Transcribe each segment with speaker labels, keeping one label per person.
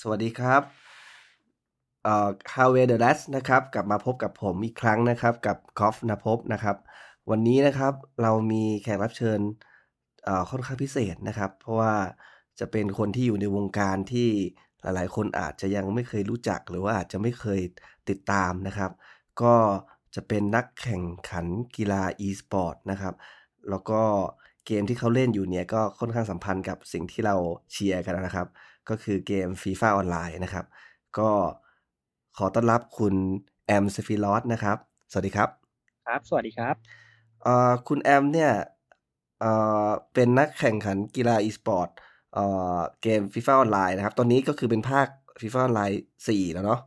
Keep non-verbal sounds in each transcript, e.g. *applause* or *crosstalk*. Speaker 1: สวัสดีครับเอ่อ How w e the Last นะครับ กลับมาพบกับผมอีกครั้งนะครับกับกอล์ฟนภพนะครับ วันนี้นะครับเรามีแขกรับเชิญเอ่อค่อนข้างพิเศษนะครับ เพราะว่าจะเป็นคนที่อยู่ในวงการที่หลายๆ คนอาจจะยังไม่เคยรู้จักหรือว่าอาจจะไม่เคยติดตามนะครับ ก็จะเป็นนักแข่งขันกีฬา e-sport นะครับ แล้วก็เกมที่เขาเล่นอยู่เนี่ยก็ค่อนข้างสัมพันธ์กับสิ่งที่เราเชียร์กันนะครับ ก็คือเกม FIFA ออนไลน์นะครับ ก็ขอต้อนรับคุณแอมสฟิลอสนะครับ สวัสดีครับ
Speaker 2: ครับ สวัสดีครับ
Speaker 1: เอ่อคุณแอมเนี่ยเอ่อเป็นนักแข่งขันกีฬา e-sport เอ่อเกม FIFA ออนไลน์นะครับ ตอนนี้ก็คือเป็นภาค FIFA ออนไลน์4แล้วเนาะ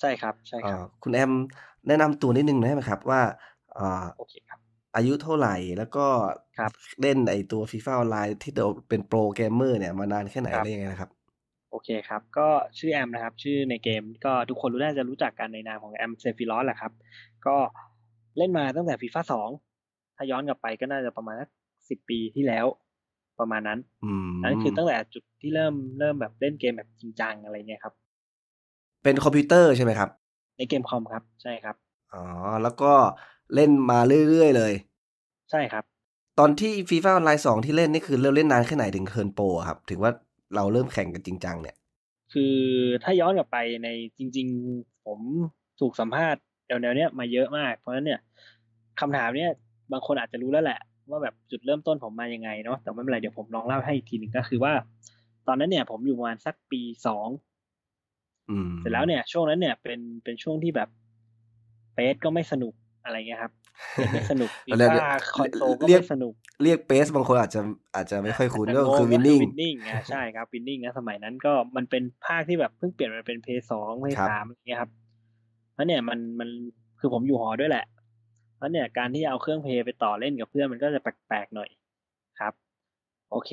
Speaker 2: ใช่ครับ ใช่ค
Speaker 1: เอ่
Speaker 2: รับ
Speaker 1: อคุณแอมแนะนำตัวนิดนึงได้ไหมครับว่าเอ่อ
Speaker 2: โอเคครับ
Speaker 1: อายุเท่าไหร่แล้วก็
Speaker 2: ครับ
Speaker 1: เล่นไอตัวฟีฟ่าออนไลน์ที่เดี๋ยวเป็นโปรแกรมเมอร์เนี่ยมานานแค่ไหน
Speaker 2: ครับ
Speaker 1: อะไรยังไงนะครับ
Speaker 2: โอเคครับ ก็ชื่อแอมนะครับ ชื่อในเกมก็ทุกคนรู้น่าจะรู้จักกันในนามของแอมเซฟิลอสแหละครับ ก็เล่นมาตั้งแต่ฟีฟ่าสองถ้าย้อนกลับไปก็น่าจะประมาณสิบปีที่แล้ว ประมาณนั้น
Speaker 1: อืม
Speaker 2: นั่นคือตั้งแต่จุดที่เริ่มเริ่มแบบเล่นเกมแบบจริงจังอะไรเงี้ยครับ
Speaker 1: เป็นคอมพิวเตอร์ใช่ไหมครับ
Speaker 2: ในเกมคอมครับ ใช่ครับ
Speaker 1: อ๋อ แล้วก็เล่นมาเรื่อย ๆ เลย
Speaker 2: ใช่ครับ
Speaker 1: ตอนที่ฟีฟ่าออนไลน์สองที่เล่นนี่คือเราเล่นนานแค่ไหนถึงเทิร์นโปรอะครับถึงว่าเราเริ่มแข่งกันจริงจังเนี่ย
Speaker 2: คือถ้าย้อนกลับไปในจริง ๆ ผมถูกสัมภาษณ์แนวๆเนี้ยมาเยอะมาก เพราะฉะนั้นเนี่ยคำถามเนี้ยบางคนอาจจะรู้แล้วแหละ ว่าแบบจุดเริ่มต้นผมมายังไงเนาะแต่ไม่เป็นไรเดี๋ยวผมลองเล่าให้อีกทีหนึ่งก็คือว่า ตอนนั้นเนี่ยผมอยู่ประมาณสักปีสอง
Speaker 1: อืม
Speaker 2: เสร็จแล้วเนี่ย ช่วงนั้นเนี่ยเป็นเป็นช่วงที่แบบเปสก็ไม่สนุกอะไรเงี้ยครับเปสไม่สนุกฟี
Speaker 1: *laughs* เรียก
Speaker 2: ฟ่าคอนโซลก็
Speaker 1: เรียก
Speaker 2: ไม่สนุก
Speaker 1: เรียกเปสบางคนอาจจะอาจจะไม่ค่อยคุ้น
Speaker 2: แต่
Speaker 1: ก็
Speaker 2: โง่
Speaker 1: คือวินนิ่ง
Speaker 2: วินนิ่ง
Speaker 1: *laughs*
Speaker 2: อ่ะใช่ครับวินนิ่งนะสมัยนั้นก็มันเป็นภาคที่แบบเพิ่งเปลี่ยนมาเป็นเพย์สองเพย์
Speaker 1: ครับ
Speaker 2: สามอย่างเงี้ยครับแล้วเนี่ยมันมันคือผมอยู่หอด้วยแหละแล้วเนี่ยการที่เอาเครื่องเพย์ไปต่อเล่นกับเพื่อนมันก็จะแปลกๆหน่อยครับ โอเค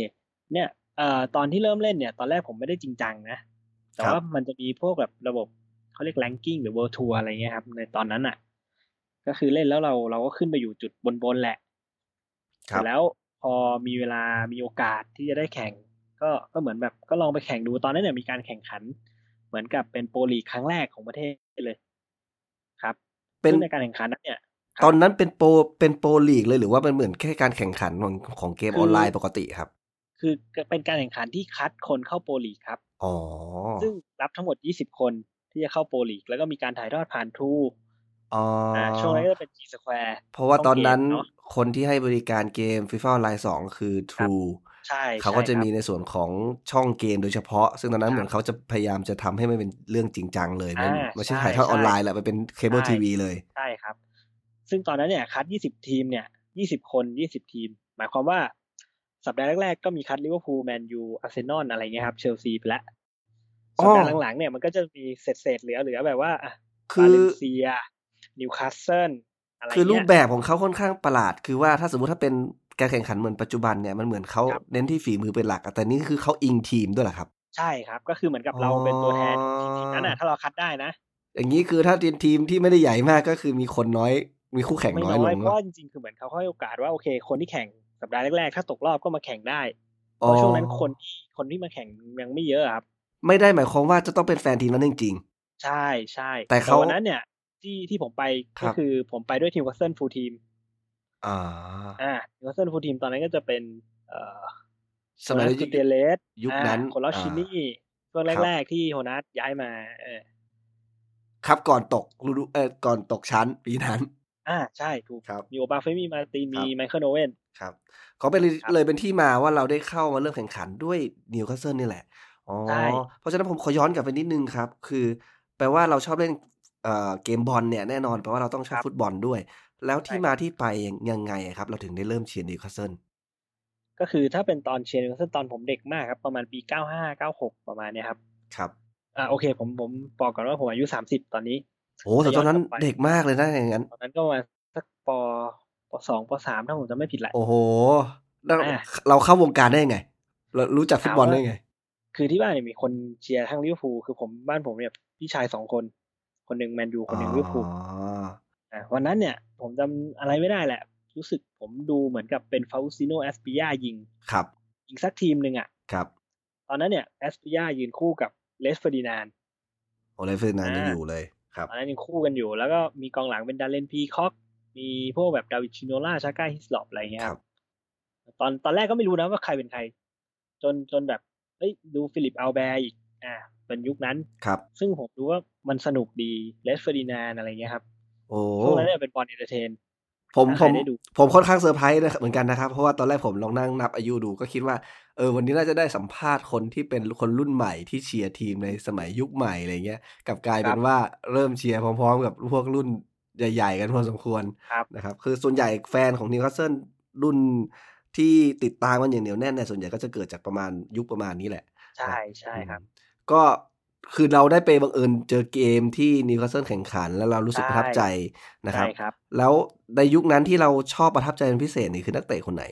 Speaker 2: เนี่ยเอ่อตอนที่เริ่มเล่นเนี่ย ตอนแรกผมไม่ได้จริงจังนะ แต่ว่ามันจะมีพวกแบบระบบเขาเรียกแรงกิ้งหรือเวิร์ทัวอะไรเงี้ยครับในตอนนั้นอ่ะ ก็คือเล่นแล้วเราเราก็ขึ้นไปอยู่จุดบนๆแหละ
Speaker 1: ครั
Speaker 2: แต่
Speaker 1: บ
Speaker 2: แล้วพอมีเวลามีโอกาสที่จะได้แข่ง ก็ก็เหมือนแบบก็ลองไปแข่งดูตอนนั้นเนี่ยมีการแข่งขัน เหมือนกับเป็นโปรลีกครั้งแรกของประเทศเลยครับ
Speaker 1: เป็น
Speaker 2: ซึ่งในการแข่งขันนั้นเนี่ย ครับ
Speaker 1: ตอนนั้นเป็นโปรเป็นโปรลีกเลยหรือว่ามันเหมือนแค่การแข่งขันของของเกมออนไลน์ปกติครับ
Speaker 2: คือเป็นการแข่งขันที่คัดคนเข้าโปรลีกครับ
Speaker 1: อ๋อ
Speaker 2: ซึ่งรับทั้งหมด 20 คนที่จะเข้าโปรลีก แล้วก็มีการถ่ายทอดผ่านทู
Speaker 1: อ๋ออ่
Speaker 2: าช่วงนั้นก็จะเป็น G Square
Speaker 1: เพราะว่าตอนนั้น
Speaker 2: ช่องเกมเนอะ
Speaker 1: คนที่ให้บริการเกม FIFA Online 2 คือ True
Speaker 2: ใช่
Speaker 1: เขาก็จะมี
Speaker 2: ใช่ครับ
Speaker 1: ในส่วนของช่องเกมโดยเฉพาะ ซึ่งตอนนั้น
Speaker 2: ครับ
Speaker 1: เหมือนเขาจะพยายามจะทำให้มันเป็นเรื่องจริงจังเลย มัน
Speaker 2: อ่า
Speaker 1: ไม่ใช่
Speaker 2: ใช่
Speaker 1: ถ่ายทอด
Speaker 2: ใช่
Speaker 1: ออนไลน์แหละมันเป็นเคเบิล
Speaker 2: ใช่
Speaker 1: ทีวีเลย
Speaker 2: ใช่ครับ ซึ่งตอนนั้นเนี่ยคัด 20 ทีมเนี่ย 20 คน 20 ทีม หมายความว่าสัปดาห์แรกๆ ก็มีคัดลิเวอร์พูลแมนยูอาร์เซนอลอะไรเงี้ยครับเชลซีไปแล้ว
Speaker 1: อ๋อ
Speaker 2: สัปดาห์หลังๆเนี่ยมันก็จะมีเศษเศษๆเหลือเหลือแบบว่าอ่ะ
Speaker 1: คื
Speaker 2: บา
Speaker 1: อ
Speaker 2: เลนเซียนิวคาสเซิลอะไร
Speaker 1: คือรู
Speaker 2: เงี้
Speaker 1: ป
Speaker 2: ย
Speaker 1: แบบของเขาค่อนข้างประหลาด คือว่าถ้าสมมติถ้าเป็นการแข่งขันเหมือนปัจจุบันเนี่ยมันเหมือนเขา
Speaker 2: ครับ
Speaker 1: เน้นที่ฝีมือเป็นหลักอะแต่นี่คือเขาอิงทีมด้วยเหรอครับ
Speaker 2: ใช่ครับ ก็คือเหมือนกับเราเป็นตัวแทนทีมๆนั้นน่ะถ้าเราคัดได้นะ
Speaker 1: อย่างนี้คือถ้าทีมที่ไม่ได้ใหญ่มากก็คือมีคนน้อย มีคู่แข่ง
Speaker 2: ไม่
Speaker 1: น้
Speaker 2: น้
Speaker 1: อ
Speaker 2: อย
Speaker 1: ล
Speaker 2: ย
Speaker 1: ง
Speaker 2: เพ
Speaker 1: เน
Speaker 2: ราะ
Speaker 1: อะ
Speaker 2: ว่าจริงๆ คือเหมือนเขาให้โอกาสว่าโอเค คนที่แข่งสัปดาห์แรกๆ ถ้าตกรอบก็มาแข่งได้เพ
Speaker 1: อ๋อ
Speaker 2: ราะช่วงนั้นคนที่คนที่มาแข่งยังไม่เยอะครับ
Speaker 1: ไม่ได้หมายความว่าจะต้องเป็นแฟนทีมนั้นจริง
Speaker 2: ใช่ใช่
Speaker 1: แต่เขา
Speaker 2: วันนั้นเนี่ย ที่ที่ผมไป
Speaker 1: ครั
Speaker 2: ก็
Speaker 1: บ
Speaker 2: คือผมไปด้วยทีมวัตเซิลฟูลทีม
Speaker 1: ๆ อ่า
Speaker 2: อ่าวัตเซิลฟูลทีมตอนนั้นก็จะเป็น เอ่อ
Speaker 1: สมัย
Speaker 2: โฮ
Speaker 1: ยุ
Speaker 2: นัส
Speaker 1: ค
Speaker 2: กูเตเลส
Speaker 1: ยุคนั้น
Speaker 2: อ่าโคนลอสชิ
Speaker 1: อ่า
Speaker 2: นี่ช่วง
Speaker 1: ครับ
Speaker 2: แรกๆ ที่โฮนัสย้ายมาเออ
Speaker 1: ครับก่อนตกรู้เออก่อนตกชั้นปีนั้น
Speaker 2: อ่าใช่ถูก
Speaker 1: ครับ
Speaker 2: มีโอบาเฟมีมาร์ติน
Speaker 1: ครับ
Speaker 2: มีไมเคิลโอเว่น
Speaker 1: ครับเขาเป็นเลย
Speaker 2: ครับ
Speaker 1: เลยเป็นที่มาว่าเราได้เข้ามาเริ่มแข่งขันด้วยนิวคาสเซิลนี่แหละ อ๋อ
Speaker 2: ใช่
Speaker 1: เพราะฉะนั้นผมขอย้อนกลับไปนิดนึงครับ คือ แปลว่าเราชอบเล่นเอ่อเกมบอลเนี่ยแน่นอนแปลว่าเราต้องชอบฟุตบอลด้วย แล้วที่มาที่ไปยังยังไงครับ เราถึงได้เริ่มเชียร์นิวคาสเซิล
Speaker 2: ก็คือถ้าเป็นตอนเชียร์นิวคาสเซิลตอนผมเด็กมากครับ ประมาณปีเก้าห้าเก้าหกประมาณเนี้ยครับ
Speaker 1: ครับ
Speaker 2: อ่าโอเคผมผมบอกก่อนว่าผมอายุสามสิบตอนนี้
Speaker 1: โอ้แต่ตอนนั้น
Speaker 2: ย้อนกลับไป
Speaker 1: เด็กมากเลยนะอย่างนั้น
Speaker 2: ตอนนั้นก็ประมาณสักปปสองปสามถ้าผมจำไม่ผิดแหละ
Speaker 1: โอ้โหแล้ว
Speaker 2: อ่ะ
Speaker 1: เราเข้าวงการได้ยังไง เรารู้จักฟุตบอลได้ยังไง
Speaker 2: คือที่บ้านเนี่ยมีคนเชียร์ทั้งลิเวอร์พูลคือผมบ้านผมเนี่ยพี่ชายสองคน คนหนึ่งแมนยูคนหนึ่งลิเวอร์พูล
Speaker 1: อ๋อ
Speaker 2: อ่ะวันนั้นเนี่ย ผมจำอะไรไม่ได้แหละ รู้สึกผมดูเหมือนกับเป็นฟาอูซิโนแอสปิยายิง
Speaker 1: ครับ
Speaker 2: ยิงสักทีมหนึ่งอ่ะ
Speaker 1: ครับ
Speaker 2: ตอนนั้นเนี่ยแอสปิยายืนคู่กับ เลสเฟอร์ดินาน
Speaker 1: โอเลฟเฟอร์ดินานด์ยัง
Speaker 2: อ่า
Speaker 1: อยู่เลยครับ
Speaker 2: ตอนนั้นยังคู่กันอยู่ แล้วก็มีกองหลังเป็นดาเลนพีคอกมีพวกแบบดาวิดชิโนล่าชาก้าฮิสลอปอะไรเงี้ย
Speaker 1: ค
Speaker 2: ค
Speaker 1: รั
Speaker 2: รั
Speaker 1: บบ
Speaker 2: ตอนตอนแรกก็ไม่รู้นะว่าใครเป็นใคร จนจนแบบเอ้ยดูฟิลิปอัลแบร์อีก อ่า เป็นยุคนั้น
Speaker 1: ครับ
Speaker 2: ซึ่งผมดูว่ามันสนุกดีเลสเฟอร์ดินานอะไรเงี้ยครับ
Speaker 1: โอ้
Speaker 2: ช่วงนั้นเนี่ยเป็นบอลเอนเตอร์เทน
Speaker 1: ผมผ
Speaker 2: ถ้าม ใครได้ดู
Speaker 1: ผมค่อนข้างเซอร์ไพรส์นะครับเหมือนกันนะครับ เพราะว่าตอนแรกผมลองนั่งนับอายุดูก็คิดว่าเออวันนี้น่าจะได้สัมภาษณ์คนที่เป็นคนรุ่นใหม่ที่เชียร์ทีมในสมัยยุคใหม่อะไรเงี้ยกลับกลายเป็นว่าเริ่มเชียร์พร้อม ๆ กับพวกรุ่นใหญ่ ๆ กันพอสมควร
Speaker 2: ครับ
Speaker 1: นะครับคือส่วนใหญ่แฟนของนิวคาสเซิลรุ่นที่ติดตามกันอย่างเหนียวแน่นเนี่ยส่วนใหญ่ก็จะเกิดจากประมาณยุคประมาณนี้แหละ
Speaker 2: ใช่ใช่ครับ
Speaker 1: อืมก็คือเราได้ไปบังเอิญเจอเกมที่นิวคาสเซิลแข่งขัน แล้วเรารู้สึกประทับใจนะครับ
Speaker 2: ใช่ครับ
Speaker 1: แล้วในยุคนั้นที่เราชอบประทับใจเป็นพิเศษนี่คือนักเตะคนไหน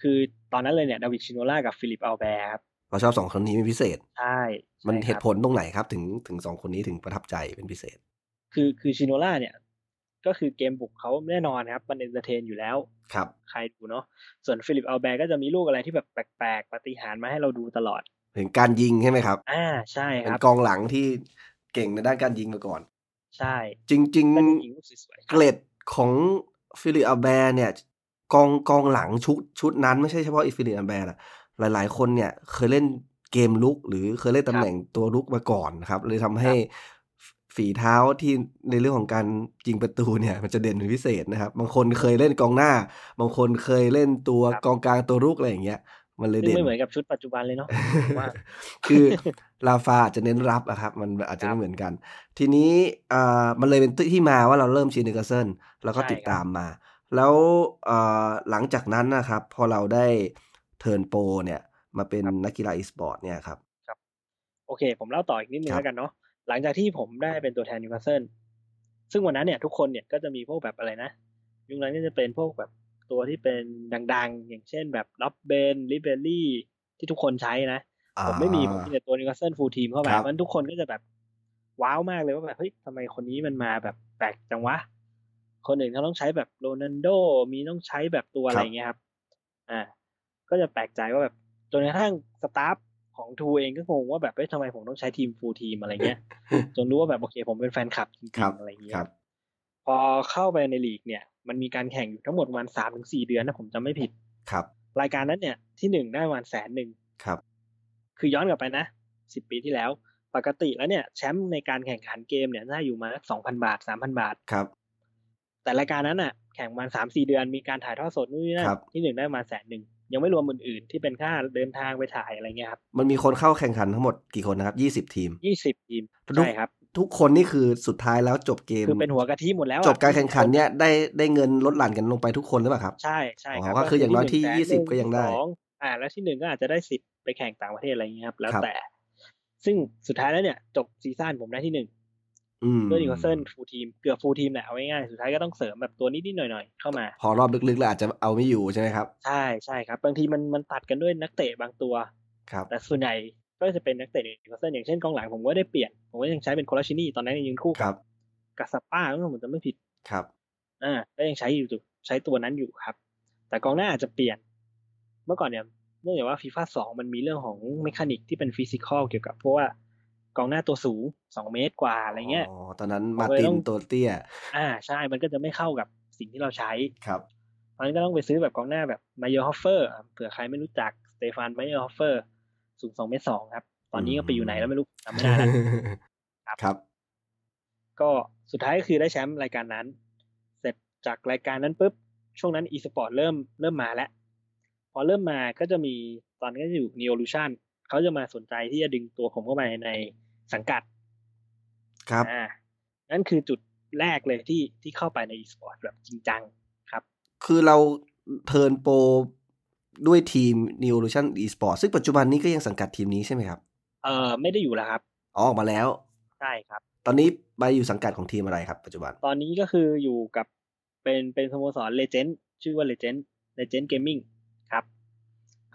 Speaker 2: คือตอนนั้นเลยเนี่ยดาวิดชิโนล่ากับฟิลิปอัลแบร์ครับ
Speaker 1: เราชอบสองคนนี้เป็นพิเศษ
Speaker 2: ใช่ใช่
Speaker 1: มันเห
Speaker 2: ครับ
Speaker 1: ตุผลตรงไหนครับ ถึงถึงสองคนนี้ถึงประทับใจเป็นพิเศษ
Speaker 2: คือคือชิโนล่าเนี่ย ก็คือเกมบุกเขาแน่นอนครับมันเอนเตอร์เทนอยู่แล้ว
Speaker 1: ครับ
Speaker 2: ใครดูเนาะส่วนฟิลิปอัลแบร์ก็จะมีลูกอะไรที่แบบแปลกๆปาฏิหารย์มาให้เราดูตลอด
Speaker 1: ถึงการยิงใช่ไหมครับ
Speaker 2: อ่าใช่ค
Speaker 1: เป็น
Speaker 2: รับ
Speaker 1: กองหลังที่เก่งในด้านการยิงมาก่อน
Speaker 2: ใช่
Speaker 1: จริง
Speaker 2: ก็
Speaker 1: ๆ
Speaker 2: ยิงลูกสวยๆค
Speaker 1: เก
Speaker 2: รับ
Speaker 1: ล็ดของฟิลิปอัลแบร์เนี่ยกองกองหลังชุดชุดนั้นไม่ใช่เฉพาะอีฟิลิปอัลแบร์นะหลาย ๆ คนเนี่ยเคยเล่นเกมลุก หรือเคยเล่นตำแหน่งตัวลุกมาก่อนนะครับเลยทำให้ฝีเท้าที่ในเรื่องของการยิงประตูเนี่ย มันจะเด่นเป็นพิเศษนะครับ บางคนเคยเล่นกองหน้า บางคนเคยเล่นตัวกองกลางตัวลุกอะไรอย่างเงี้ยมันเลย
Speaker 2: ซึ่ง
Speaker 1: เด่น
Speaker 2: ไม่เหมือนกับชุดปัจจุบันเลยเนาะผมว่า *laughs*
Speaker 1: คือลาฟาอาจจะเน้นรับอะครับมันอาจจะ
Speaker 2: ครั
Speaker 1: ไม่
Speaker 2: บ
Speaker 1: เหมือนกัน ทีนี้อ่ามันเลยเป็นที่มาว่าเราเริ่มเชียร์นิวคาสเซิลแล้วก็
Speaker 2: ใช่
Speaker 1: ติด
Speaker 2: ครับ
Speaker 1: ตามมา แล้วอ่าหลังจากนั้นนะครับ พอเราได้เทิร์นโปรเนี่ยมาเป็นนักกีฬาอีสปอร์ตเนี่ยครับ
Speaker 2: โอเค ผมเล่าต่ออีกนิดนึ
Speaker 1: ค
Speaker 2: ง
Speaker 1: รับ
Speaker 2: แล้วกันเนาะหลังจากที่ผมได้เป็นตัวแทนนิวคาสเซิลซึ่งวันนั้นเนี่ยทุกคนเนี่ยก็จะมีพวกแบบอะไรนะยุคนั้นก็จะเป็นพวกแบบตัวที่เป็นดังๆ อย่างเช่นแบบล็อบเบนลิเบอรี่ที่ทุกคนใช้นะ
Speaker 1: อ่า
Speaker 2: ผมไม่มีผมมีแต่ตัวนิวคาสเซิลฟูลทีมเข้าไป
Speaker 1: ครับ
Speaker 2: มันทุกคนก็จะแบบว้าวมากเลยว่าแบบเฮ้ยทำไมคนนี้มันมาแบบแปลกจังวะ คนอื่นเขาต้องใช้แบบโรนันโดมีต้องใช้แบบตัวอะไรอย่างเงี้ยครับ อ่า ก็จะแปลกใจว่าแบบจนกระทั่งสตาฟของทูเองก็งงว่าแบบเฮ้ยทำไมผมต้องใช้ทีมฟูลทีมอะไรเงี้ย
Speaker 1: *laughs*
Speaker 2: จนรู้ว่าแบบโอเค ผมเป็นแฟนคลับจริง
Speaker 1: ครับ
Speaker 2: ๆอะไรอย่างเงี้
Speaker 1: ค
Speaker 2: ย
Speaker 1: รับ
Speaker 2: พอเข้าไปในลีกเนี่ย มันมีการแข่งอยู่ทั้งหมดประมาณสามถึงสี่เดือนนะผมจำไม่ผิด
Speaker 1: ครับ
Speaker 2: รายการนั้นเนี่ยที่หนึ่งได้ประมาณแสนหนึ่ง
Speaker 1: ครับ
Speaker 2: คือย้อนกลับไปนะสิบปีที่แล้ว ปกติแล้วเนี่ยแชมป์ในการแข่งขันเกมเนี่ยน่าอยู่มาสองพันบาทสามพันบาท
Speaker 1: ครับ
Speaker 2: แต่รายการนั้นอ่ะ แข่งมาสามสี่เดือนมีการถ่ายทอดสดนู่นนี่นั่น
Speaker 1: ครับ
Speaker 2: ที่หนึ่งได้มาแสนหนึ่งยังไม่รวมอื่นๆ ที่เป็นค่าเดินทางไปถ่ายอะไรเงี้ยครับ
Speaker 1: มันมีคนเข้าแข่งขันทั้งหมดกี่คนนะครับ 20 ทีม
Speaker 2: ยี่สิบทีม
Speaker 1: ทุก
Speaker 2: ใช่ครับ
Speaker 1: ทุกคนนี่คือสุดท้ายแล้วจบเกม
Speaker 2: คือเป็นหัวกะทิหมดแล้วอะ
Speaker 1: จบการแข่งขันเนี่ยได้ได้เงินลดหลั่นกันลงไปทุกคนหรือเปล่าครับ
Speaker 2: ใช่ใช่ครั
Speaker 1: อ๋
Speaker 2: บ
Speaker 1: อก็คืออย่างน้อยที่
Speaker 2: 100,000
Speaker 1: ยี่สิบก็ยังได้
Speaker 2: สองอ่า แล้วที่หนึ่งก็อาจจะได้สิบไปแข่งต่างประเทศอะไรเงี้ยครับแล้ว
Speaker 1: ครับ
Speaker 2: แต่ ซึ่งสุดท้ายแล้วเนี่ย จบซีซั่นผมได้ที่หนึ่ง
Speaker 1: อืม
Speaker 2: ด้วยนิวคาสเซิลฟูลทีมเกือบฟูลทีมแหละเอาง่ายๆสุดท้ายก็ต้องเสริมแบบตัวนิดๆหน่อยๆเข้ามา
Speaker 1: พอรอบลึกๆแล้วอาจจะเอาไม่อยู่ใช่ไหมครับ
Speaker 2: ใช่ใช่ครับ บางทีมันมันตัดกันด้วยนักเตะบางตัว
Speaker 1: ครับ
Speaker 2: แต่ส่วนใหญ่ก็จะเป็นนักเตะนิวคาสเซิลอย่างเช่นกองหลังผมก็ได้เปลี่ยน ผมก็ยังใช้เป็นโคลาชินี่ตอนนั้นยังยืนคู่
Speaker 1: ค
Speaker 2: กั
Speaker 1: รั
Speaker 2: บบ กับซาป้าถ้าผมจำไม่ผิด
Speaker 1: ครับ
Speaker 2: อ่าก็ยังใช้อยู่ใช้ตัวนั้นอยู่ครับ แต่กองหน้าอาจจะเปลี่ยน เมื่อก่อนเนี่ยเนื่องจากว่าฟีฟ่าสองมันมีเรื่องของเมคานิกที่เป็นฟิสิกอลเกี่ยวกับเพราะว่ากองหน้าตัวสูงสองเมตรกว่าอะไรเงี้ย
Speaker 1: อ๋อ ตอนนั้น
Speaker 2: ผม
Speaker 1: มาร์
Speaker 2: เลย
Speaker 1: ติ
Speaker 2: ต้
Speaker 1: น
Speaker 2: อง
Speaker 1: ตัวเตี้ย
Speaker 2: อ่าใช่ มันก็จะไม่เข้ากับสิ่งที่เราใช้
Speaker 1: ครับ
Speaker 2: ตอนนั้นก็ต้องไปซื้อแบบกองหน้าแบบมายอฮอฟเฟอร์เผื่อใครไม่รู้จักสเตฟานมายอฮอฟเฟอร์สูงสองเมตรสองครับ ตอนนี้ก็ไปอยู่ไหนแล้วไม่รู้จำไม่ได้แล้ว ครับ
Speaker 1: ครับ
Speaker 2: ก็สุดท้ายก็คือได้แชมป์รายการนั้น เสร็จจากรายการนั้นปุ๊บ ช่วงนั้นอีสปอร์ตเริ่มเริ่มมาแล้ว พอเริ่มมาก็จะมีตอนนนก็จะอยู่น e โอลูชันเขาจะมาสนใจที่จะดึงตัวผมเข้าไปในสังกัด
Speaker 1: ครับ
Speaker 2: อ่านั่นคือจุดแรกเลยที่ที่เข้าไปในอีสปอร์ตแบบจริงจังครับ
Speaker 1: คือเราเทิร์นโปรด้วยทีม New Evolution Esports ซึ่งปัจจุบันนี้ก็ยังสังกัดทีมนี้ใช่ไหมครับ
Speaker 2: เออไม่ได้อยู่แล้วครับ
Speaker 1: อ๋อ ออกมาแล้ว
Speaker 2: ใช่ครับ
Speaker 1: ตอนนี้ไปอยู่สังกัดของทีมอะไรครับ ปัจจุบัน
Speaker 2: ตอนนี้ก็คืออยู่กับเป็นเป็นสโมสรเลเจนด์ชื่อว่าเลเจนด์เลเจนด์เกมมิ่งครับ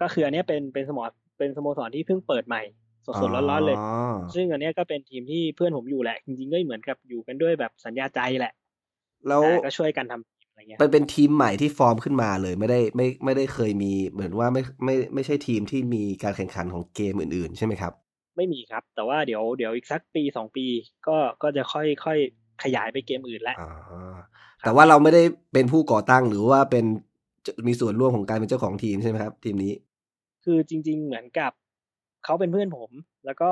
Speaker 2: ก็คืออันเนี้ยเป็นเป็นสโมสรเป็นสโมสรที่เพิ่งเปิดใหม่ สดๆร้อนๆเลย
Speaker 1: อ๋อ
Speaker 2: ซึ่งอันเนี้ยก็เป็นทีมที่เพื่อนผมอยู่แหละ จริงๆก็เหมือนกับอยู่กันด้วยแบบสัญญาใจแหละ
Speaker 1: แล้ว
Speaker 2: อ่าก็ช่วยกันทำทีมอะไรเงี้ย
Speaker 1: มันเป็นทีมใหม่ที่ฟอร์มขึ้นมาเลย ไม่ได้ไม่ไม่ได้เคยมี เหมือนว่าไม่ไม่ไม่ใช่ทีมที่มีการแข่งขันของเกมอื่น ๆ ใช่ไหมครับ
Speaker 2: ไม่มีครับ แต่ว่าเดี๋ยวเดี๋ยวอีกสักปีสองปี ก็ก็จะค่อยค่อยขยายไปเกมอื่นแล้ว
Speaker 1: อ่าแต่ว่าเราไม่ได้เป็นผู้ก่อตั้งหรือว่าเป็นมีส่วนร่วมของการเป็นเจ้าของทีมใช่ไหมครับ ทีมนี้
Speaker 2: คือจริง ๆ เหมือนกับเขาเป็นเพื่อนผม แล้วก็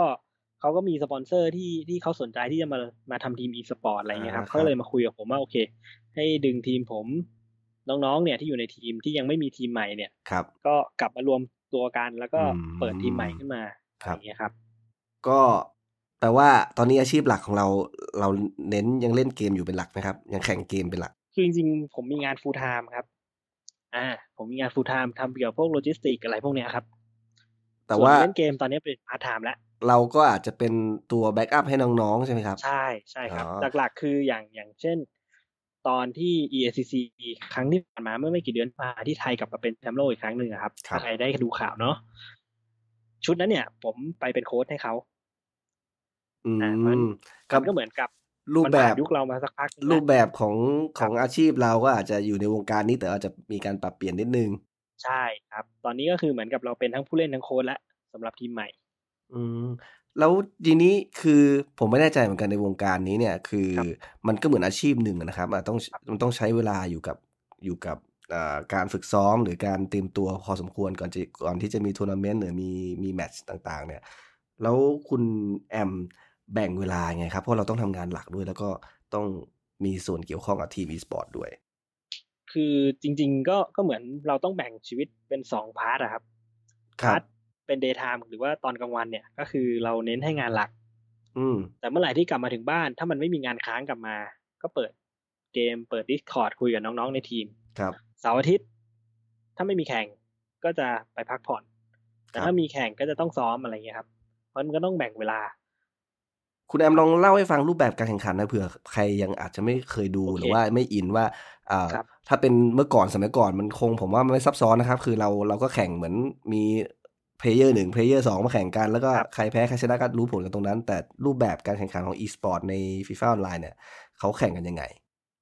Speaker 2: เขาก็มีสปอนเซอร์ที่ที่เขาสนใจที่จะมามาทำทีมอีสปอร์ตอะไรเงี้ยครับ
Speaker 1: อ่าครับ
Speaker 2: เขาเลยมาคุยกับผมว่าโอเค ให้ดึงทีมผมน้องๆเนี่ยที่อยู่ในทีมที่ยังไม่มีทีมใหม่เนี่ย
Speaker 1: ครับ
Speaker 2: ก็กลับมารวมตัวกันแล้วก็
Speaker 1: อืม
Speaker 2: เปิดทีมใหม่ขึ้นมา
Speaker 1: ครับ
Speaker 2: อย่างเงี้ยครับ
Speaker 1: ก็แปลว่าตอนนี้อาชีพหลักของเราเราเน้นยังเล่นเกมอยู่เป็นหลักนะครับ ยังแข่งเกมเป็นหลัก
Speaker 2: คือจริงๆ ผมมีงาน full time ครับ อ่า ผมมีงาน full time ทำเกี่ยวกับพวกโลจิสติกอะไรพวกเนี้ยครับ
Speaker 1: แต่
Speaker 2: ส่น
Speaker 1: ว่า
Speaker 2: เล่นเกมตอนนี้เป็น part time แล้ว
Speaker 1: เราก็อาจจะเป็นตัวแบ็กอัพให้น้องๆใช่ไหมครับ
Speaker 2: ใช่ใช่ครับ
Speaker 1: อ๋อ
Speaker 2: หลักๆ คืออย่างอย่างเช่น ตอนที่ EACC ครั้งที่ผ่านมาเมื่อไม่กี่เดือนมาที่ไทยกลับมาเป็นแชมป์โลกอีกครั้งหนึ่งอะครับ
Speaker 1: ครับ
Speaker 2: ถ้าใครได้ดูข่าวเนาะชุดนั้นเนี่ย ผมไปเป็นโค้ชให้เขา
Speaker 1: อื
Speaker 2: อ่าเพราะฉะนั้น
Speaker 1: ม
Speaker 2: มันก็เหมือนกับ
Speaker 1: รูป
Speaker 2: มัน
Speaker 1: แบ
Speaker 2: ผ่า
Speaker 1: บ
Speaker 2: นยุคเรามาสักพักหนึ่งแล้ว
Speaker 1: รูปแบบของของอาชีพเราก็อาจจะอยู่ในวงการนี้แต่อาจจะมีการปรับเปลี่ยนนิดนึง
Speaker 2: ใช่ครับ ตอนนี้ก็คือเหมือนกับเราเป็นทั้งผู้เล่นทั้งโค้ชแล้วสำหรับทีมใหม่
Speaker 1: อืมแล้วทีนี้คือผมไม่แน่ใจเหมือนกันในวงการนี้เนี่ย คือ
Speaker 2: ครับ
Speaker 1: มันก็เหมือนอาชีพหนึ่งอะนะครับอ่ะต้อง
Speaker 2: ครับ
Speaker 1: มันต้องใช้เวลาอยู่กับอยู่กับอ่าการฝึกซ้อมหรือการเตรียมตัวพอสมควรก่อนจะก่อนที่จะมีทัวร์นาเมนต์หรือมีมีแมตช์ต่าง ๆ เนี่ย แล้วคุณแอมแบ่งเวลาไงครับ เพราะเราต้องทำงานหลักด้วย แล้วก็ต้องมีส่วนเกี่ยวข้องกับทีมอีสปอร์ตด้วย
Speaker 2: คือจริง ๆ ก็ก็เหมือนเราต้องแบ่งชีวิตเป็นสองพาร์ทอะครับ
Speaker 1: ครับ
Speaker 2: พาร์ทเป็นเดย์ไทม์หรือว่าตอนกลางวันเนี่ย ก็คือเราเน้นให้งานหลัก
Speaker 1: อืม
Speaker 2: แต่เมื่อไหร่ที่กลับมาถึงบ้าน ถ้ามันไม่มีงานค้างกลับมา ก็เปิดเกมเปิด Discord คุยกับน้องๆ ในทีม
Speaker 1: ครับ
Speaker 2: เสาร์อาทิตย์ ถ้าไม่มีแข่งก็จะไปพักผ่อน แต่
Speaker 1: ครั
Speaker 2: ถ้า
Speaker 1: บ
Speaker 2: มีแข่งก็จะต้องซ้อมอะไรอย่างเงี้ยครับเพราะมันก็ต้องแบ่งเวลา
Speaker 1: คุณแอมลองเล่าให้ฟังรูปแบบการแข่งขันหนะเผื่อใครยังอาจจะไม่เคยดู
Speaker 2: โอเค
Speaker 1: หรือว่าไม่อินว่าอ่า
Speaker 2: ครับ
Speaker 1: ถ้าเป็นเมื่อก่อนสมัยก่อนมันคงผมว่ามันไม่ซับซ้อนนะครับ คือเราเราก็แข่งเหมือนมีเพลเยอร์หนึ่งเพลเยอร์สองมาแข่งกันแล้วก็ใครแพ้ใครชนะก็รู้ผลกันตรงนั้น แต่รูปแบบการแข่งขันของ e-sport ใน FIFA Online เนี่ยเขาแข่งกันยังไง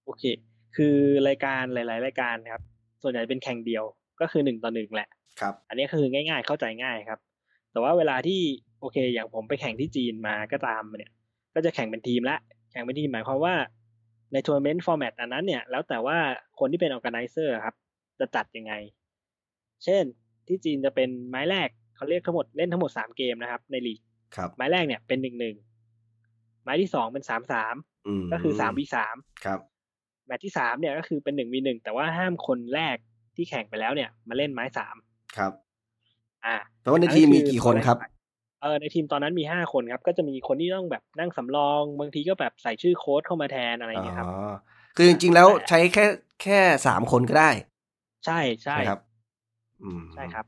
Speaker 2: โอเค คือรายการหลาย ๆ รายการนะครับ ส่วนใหญ่เป็นแข่งเดียวก็คือหนึ่งต่อหนึ่งแหละ
Speaker 1: ครับ
Speaker 2: อันนี้คือง่ายๆ เข้าใจง่ายครับ แต่ว่าเวลาที่โอเค อย่างผมไปแข่งที่จีนมาก็ตามเนี่ย ก็จะแข่งเป็นทีมละ แข่งเป็นทีมหมายความว่าในทัวร์เมนต์ฟอร์แมตอันนั้นเนี่ย แล้วแต่ว่าคนที่เป็นออ g a แก z นเซอร์ครับ จะจัดยังไง เช่นที่จีนจะเป็นไม้แรกเขาเรียกทั้งหมดเล่นทั้งหมดสามเกมนะครับ ในลีก
Speaker 1: ครับ
Speaker 2: ไม้แรกเนี่ยเป็นหนึ่งหนึ่ง ไม้ที่สองเป็นสามสาม
Speaker 1: ม
Speaker 2: ก็คือสามวีสาม
Speaker 1: ครับ
Speaker 2: แมตช์ที่สามเนี่ยก็คือเป็นหนึ่งวีหนึ่งแต่ว่าห้ามคนแรกที่แข่งไปแล้วเนี่ย มาเล่นไม้สาม
Speaker 1: ครับ
Speaker 2: อ่า
Speaker 1: แปลว่าในทีมมีกี่คนครับ
Speaker 2: เออในทีมตอนนั้นมีห้าคนครับ ก็จะมีคนที่ต้องแบบนั่งสำรอง บางทีก็แบบใส่ชื่อโค้ชเข้ามาแทนอะไรอย่างเงี้ยครับ
Speaker 1: อ๋อ คือจริงๆแล้วใช้แค่แค่สามคนก็ได้
Speaker 2: ใช่ใช่
Speaker 1: ไหมครับ อืม
Speaker 2: ใช่ครับ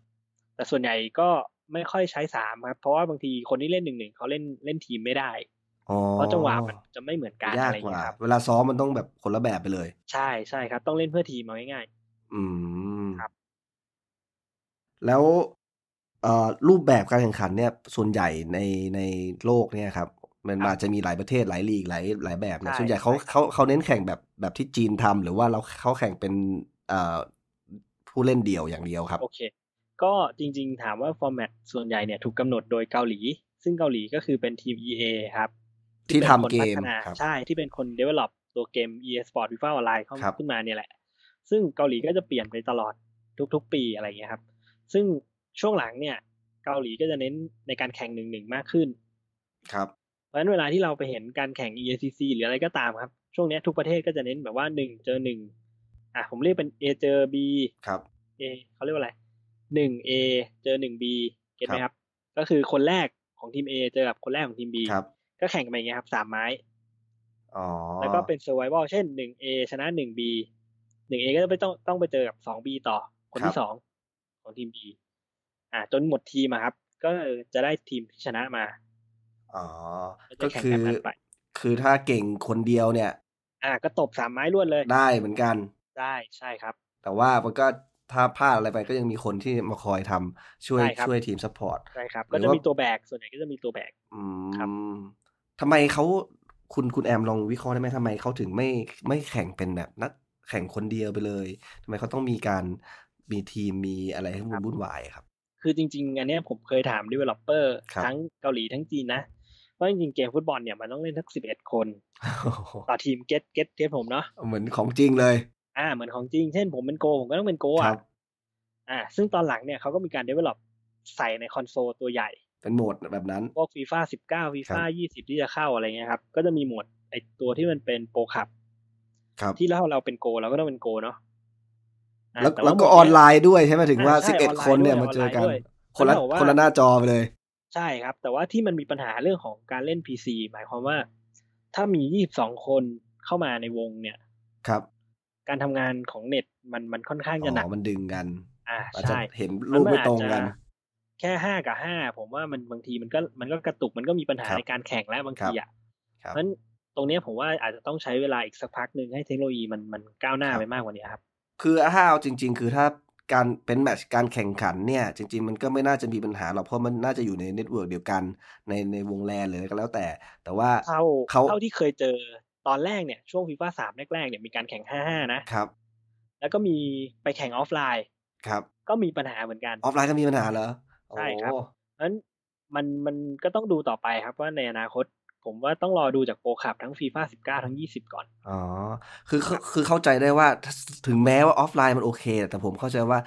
Speaker 2: แต่ส่วนใหญ่ก็ไม่ค่อยใช้สามครับ เพราะว่าบางทีคนที่เล่นหนึ่งหนึ่งเขาเล่นเล่นทีมไม่ได้
Speaker 1: อ๋อ
Speaker 2: เพราะจังหวะมันจะไม่เหมือนกันอะไรอย่างเงี้ยครับ
Speaker 1: เวลาซ้อมมันต้องแบบคนละแบบไปเลย
Speaker 2: ใช่ใช่ครับ ต้องเล่นเพื่อทีมเอาง่าย
Speaker 1: อืม
Speaker 2: ครับ
Speaker 1: แล้วเอ่อรูปแบบการแข่งขันเนี่ย ส่วนใหญ่ในในโลกเนี่ยครับ มัน
Speaker 2: ครับ
Speaker 1: อาจจะมีหลายประเทศหลายลีกหลายหลายแบบนะ
Speaker 2: ใช่
Speaker 1: ส่วนใหญ่เขา
Speaker 2: ใช่ครับ
Speaker 1: เขาเขาเน้นแข่งแบบแบบที่จีนทำหรือว่าเราเขาแข่งเป็นเอ่อผู้เล่นเดี่ยวอย่างเดียวครับ
Speaker 2: โอเค ก็จริงๆ ถามว่าฟอร์แมตส่วนใหญ่เนี่ยถูกกำหนดโดยเกาหลี ซึ่งเกาหลีก็คือเป็นทีม EA ครับ
Speaker 1: ที่ทำ
Speaker 2: ป็นคน
Speaker 1: เก
Speaker 2: พั
Speaker 1: ม
Speaker 2: ฒนา
Speaker 1: ครับ
Speaker 2: ใช่ที่เป็นคน develop ตัวเกม EA Sport FIFA Online เข้า
Speaker 1: ครับ
Speaker 2: ขึ้นมาเนี่ยแหละ ซึ่งเกาหลีก็จะเปลี่ยนไปตลอดทุกๆ ปีอะไรอย่างเงี้ยครับ ซึ่งช่วงหลังเนี่ย เกาหลีก็จะเน้นในการแข่งหนึ่งหนึ่งมากขึ้น
Speaker 1: ครับ
Speaker 2: เพราะฉะนั้นเวลาที่เราไปเห็นการแข่ง EACC หรืออะไรก็ตามครับ ช่วงเนี้ยทุกประเทศก็จะเน้นแบบว่าหนึ่งเจอหนึ่งอ่ะผมเรียกเป็น A เจอ B
Speaker 1: ครับ
Speaker 2: เอเขาเรียกว่าอะไรหนึ่งเอเจอหนึ่งบีเก็ตไหม
Speaker 1: ค
Speaker 2: ค
Speaker 1: รั
Speaker 2: รับ บ ก็คือคนแรกของทีมเอเจอกับคนแรกของทีมบี
Speaker 1: ครับ
Speaker 2: ก็แข่งกันไปอย่างเงี้ยครับสามไม้
Speaker 1: อ๋อ
Speaker 2: แล้วก็เป็นเซอร์ไวเเช่นหนึ่งเอชนะหนึ่งบีหนึ่งเอก็จะไปต้องต้องไปเจอกับสองบีต่อคนที่สองของทีมบีอ่า จนหมดทีมอะครับ ก็จะได้ทีมที่ชนะมา
Speaker 1: อ๋อ
Speaker 2: ก็
Speaker 1: ก็
Speaker 2: จะแข่ง
Speaker 1: คื
Speaker 2: กั
Speaker 1: อ
Speaker 2: นนั้นไป
Speaker 1: คือถ้าเก่งคนเดียวเนี่ย
Speaker 2: อ่า ก็ตบสามไม้รวดเลย
Speaker 1: ได้เหมือนกัน
Speaker 2: ได้ใช่ครับ
Speaker 1: แต่ว่ามันก็ถ้าพลาดอะไรไปก็ยังมีคนที่มาคอยทำช่วย
Speaker 2: ใช่ครับ
Speaker 1: ช่วยทีมซัพพอร์ต
Speaker 2: ใช่ครับ
Speaker 1: หรือ
Speaker 2: ก็จะ
Speaker 1: ว่ามี
Speaker 2: มีตัวแบกส่วนใหญ่ก็จะมีตัวแบก
Speaker 1: อื
Speaker 2: ครับ
Speaker 1: มทำไมเขาคุณคุณแอมลองวิเคราะห์ได้ไหมทำไมเขาถึงไม่ไม่แข่งเป็นแบบนักแข่งคนเดียวไปเลยทำไมเขาต้องมีการมีทีมมีอะไรให้วุ่นวุ่นวายครับ *laughs*
Speaker 2: คือจริง ๆ อันเนี้ยผมเคยถาม developer
Speaker 1: ครับ
Speaker 2: ทั้งเกาหลีทั้งจีนนะว่าจริงๆเกมฟุตบอลเนี่ยมันต้องเล่นทั้งสิบเอ็ดคน
Speaker 1: โอ้โห
Speaker 2: ต่อทีมเก็ตเก็ตเก็ตผมเนาะ
Speaker 1: เหมือนของจริงเลย
Speaker 2: อ่าเหมือนของจริงเช่นผมเป็นโกผมก็ต้องเป็นโก
Speaker 1: ครั
Speaker 2: อ่ะ
Speaker 1: บ
Speaker 2: อ่า ซึ่งตอนหลังเนี่ยเขาก็มีการ develop ใส่ในคอนโซลตัวใหญ่
Speaker 1: เป็นโหมดแบบนั้น
Speaker 2: พวกฟีฟ่าสิบเก้าฟีฟ่ายี่สิบที่จะเข้าอะไรเงี้ยครับ ก็จะมีหมวดไอตัวที่มันเป็นโปรคับ
Speaker 1: ครับ
Speaker 2: ที่เราเราเป็นโกเราก็ต้องเป็นโกเนาะอ่ะ
Speaker 1: แล้ว
Speaker 2: ต่
Speaker 1: แล้ว
Speaker 2: หม
Speaker 1: ก็
Speaker 2: ด
Speaker 1: อ
Speaker 2: เย
Speaker 1: อนไลน์ด้วยใช่ไหมถึงว่า
Speaker 2: อ่าใช่
Speaker 1: สิบเอ็ด
Speaker 2: ออ
Speaker 1: คน
Speaker 2: นไลน์
Speaker 1: เนี่ย
Speaker 2: ด้วย
Speaker 1: มาเจอกัน
Speaker 2: ออนไลน์ด้วย
Speaker 1: คนละ
Speaker 2: แล้วบอกว่า
Speaker 1: คนละหน้าจอไปเลย
Speaker 2: ใช่ครับ แต่ว่าที่มันมีปัญหาเรื่องของการเล่นพีซีหมายความว่า ถ้ามียี่สิบสองคนเข้ามาในวงเนี่ย
Speaker 1: ครับ
Speaker 2: การทำงานของเน็ตมันมันค่อนข้าง
Speaker 1: อ๋
Speaker 2: จะหนัก
Speaker 1: อมันดึงกัน
Speaker 2: อ่า
Speaker 1: อาจจะ
Speaker 2: ใช่
Speaker 1: เห็นรูปไม่ตรงกัน
Speaker 2: มัอาจจะแค่ห้ากับห้าผมว่ามันบางทีมันก็มันก็กระตุกมันก็มีปัญหา
Speaker 1: ครับ
Speaker 2: ในการแข่งแล้วบาง
Speaker 1: ครับ
Speaker 2: ทีอ่ะ
Speaker 1: ครับ
Speaker 2: เพราะฉะนั้นตรงเนี้ยผมว่าอาจจะต้องใช้เวลาอีกสักพักหนึ่งให้เทคโนโลยีมันมันก้าวหน้า
Speaker 1: ครับ
Speaker 2: ไปมากกว่านี้ครับ
Speaker 1: คือถ้าเอาจริง ๆ คือถ้าการเป็นแมตช์การแข่งขันเนี่ย จริง ๆ มันก็ไม่น่าจะมีปัญหาหรอกเพราะมันน่าจะอยู่ในเน็ตเวิร์กเดียวกันในในวงแลนหรืออะไรก็แล้วแต่ แต่ว่า
Speaker 2: เท่า
Speaker 1: เขา
Speaker 2: เท่าที่เคยเจอตอนแรกเนี่ยช่วงฟีฟ่าสามแรกๆเนี่ยมีการแข่งห้าห้านะครับ แล้วก็มีไปแข่งออฟไลน์
Speaker 1: ครับ
Speaker 2: ก็มีปัญหาเหมือนกัน
Speaker 1: ออฟไลน์ก็มีปัญหาเหรอ
Speaker 2: ใช่ครับ
Speaker 1: โอ้
Speaker 2: เพราะฉะนั้นมันมันก็ต้องดูต่อไปครับว่าในอนาคต ผมว่าต้องรอดูจากโปรคับทั้งฟีฟ่าสิบเก้าทั้งยี่สิบก่อน
Speaker 1: อ๋อ คือเข้าคือเข้าใจได้ว่าถ้าถึงแม้ว่าออฟไลน์มันโอเค แต่ผมเข้าใจว่า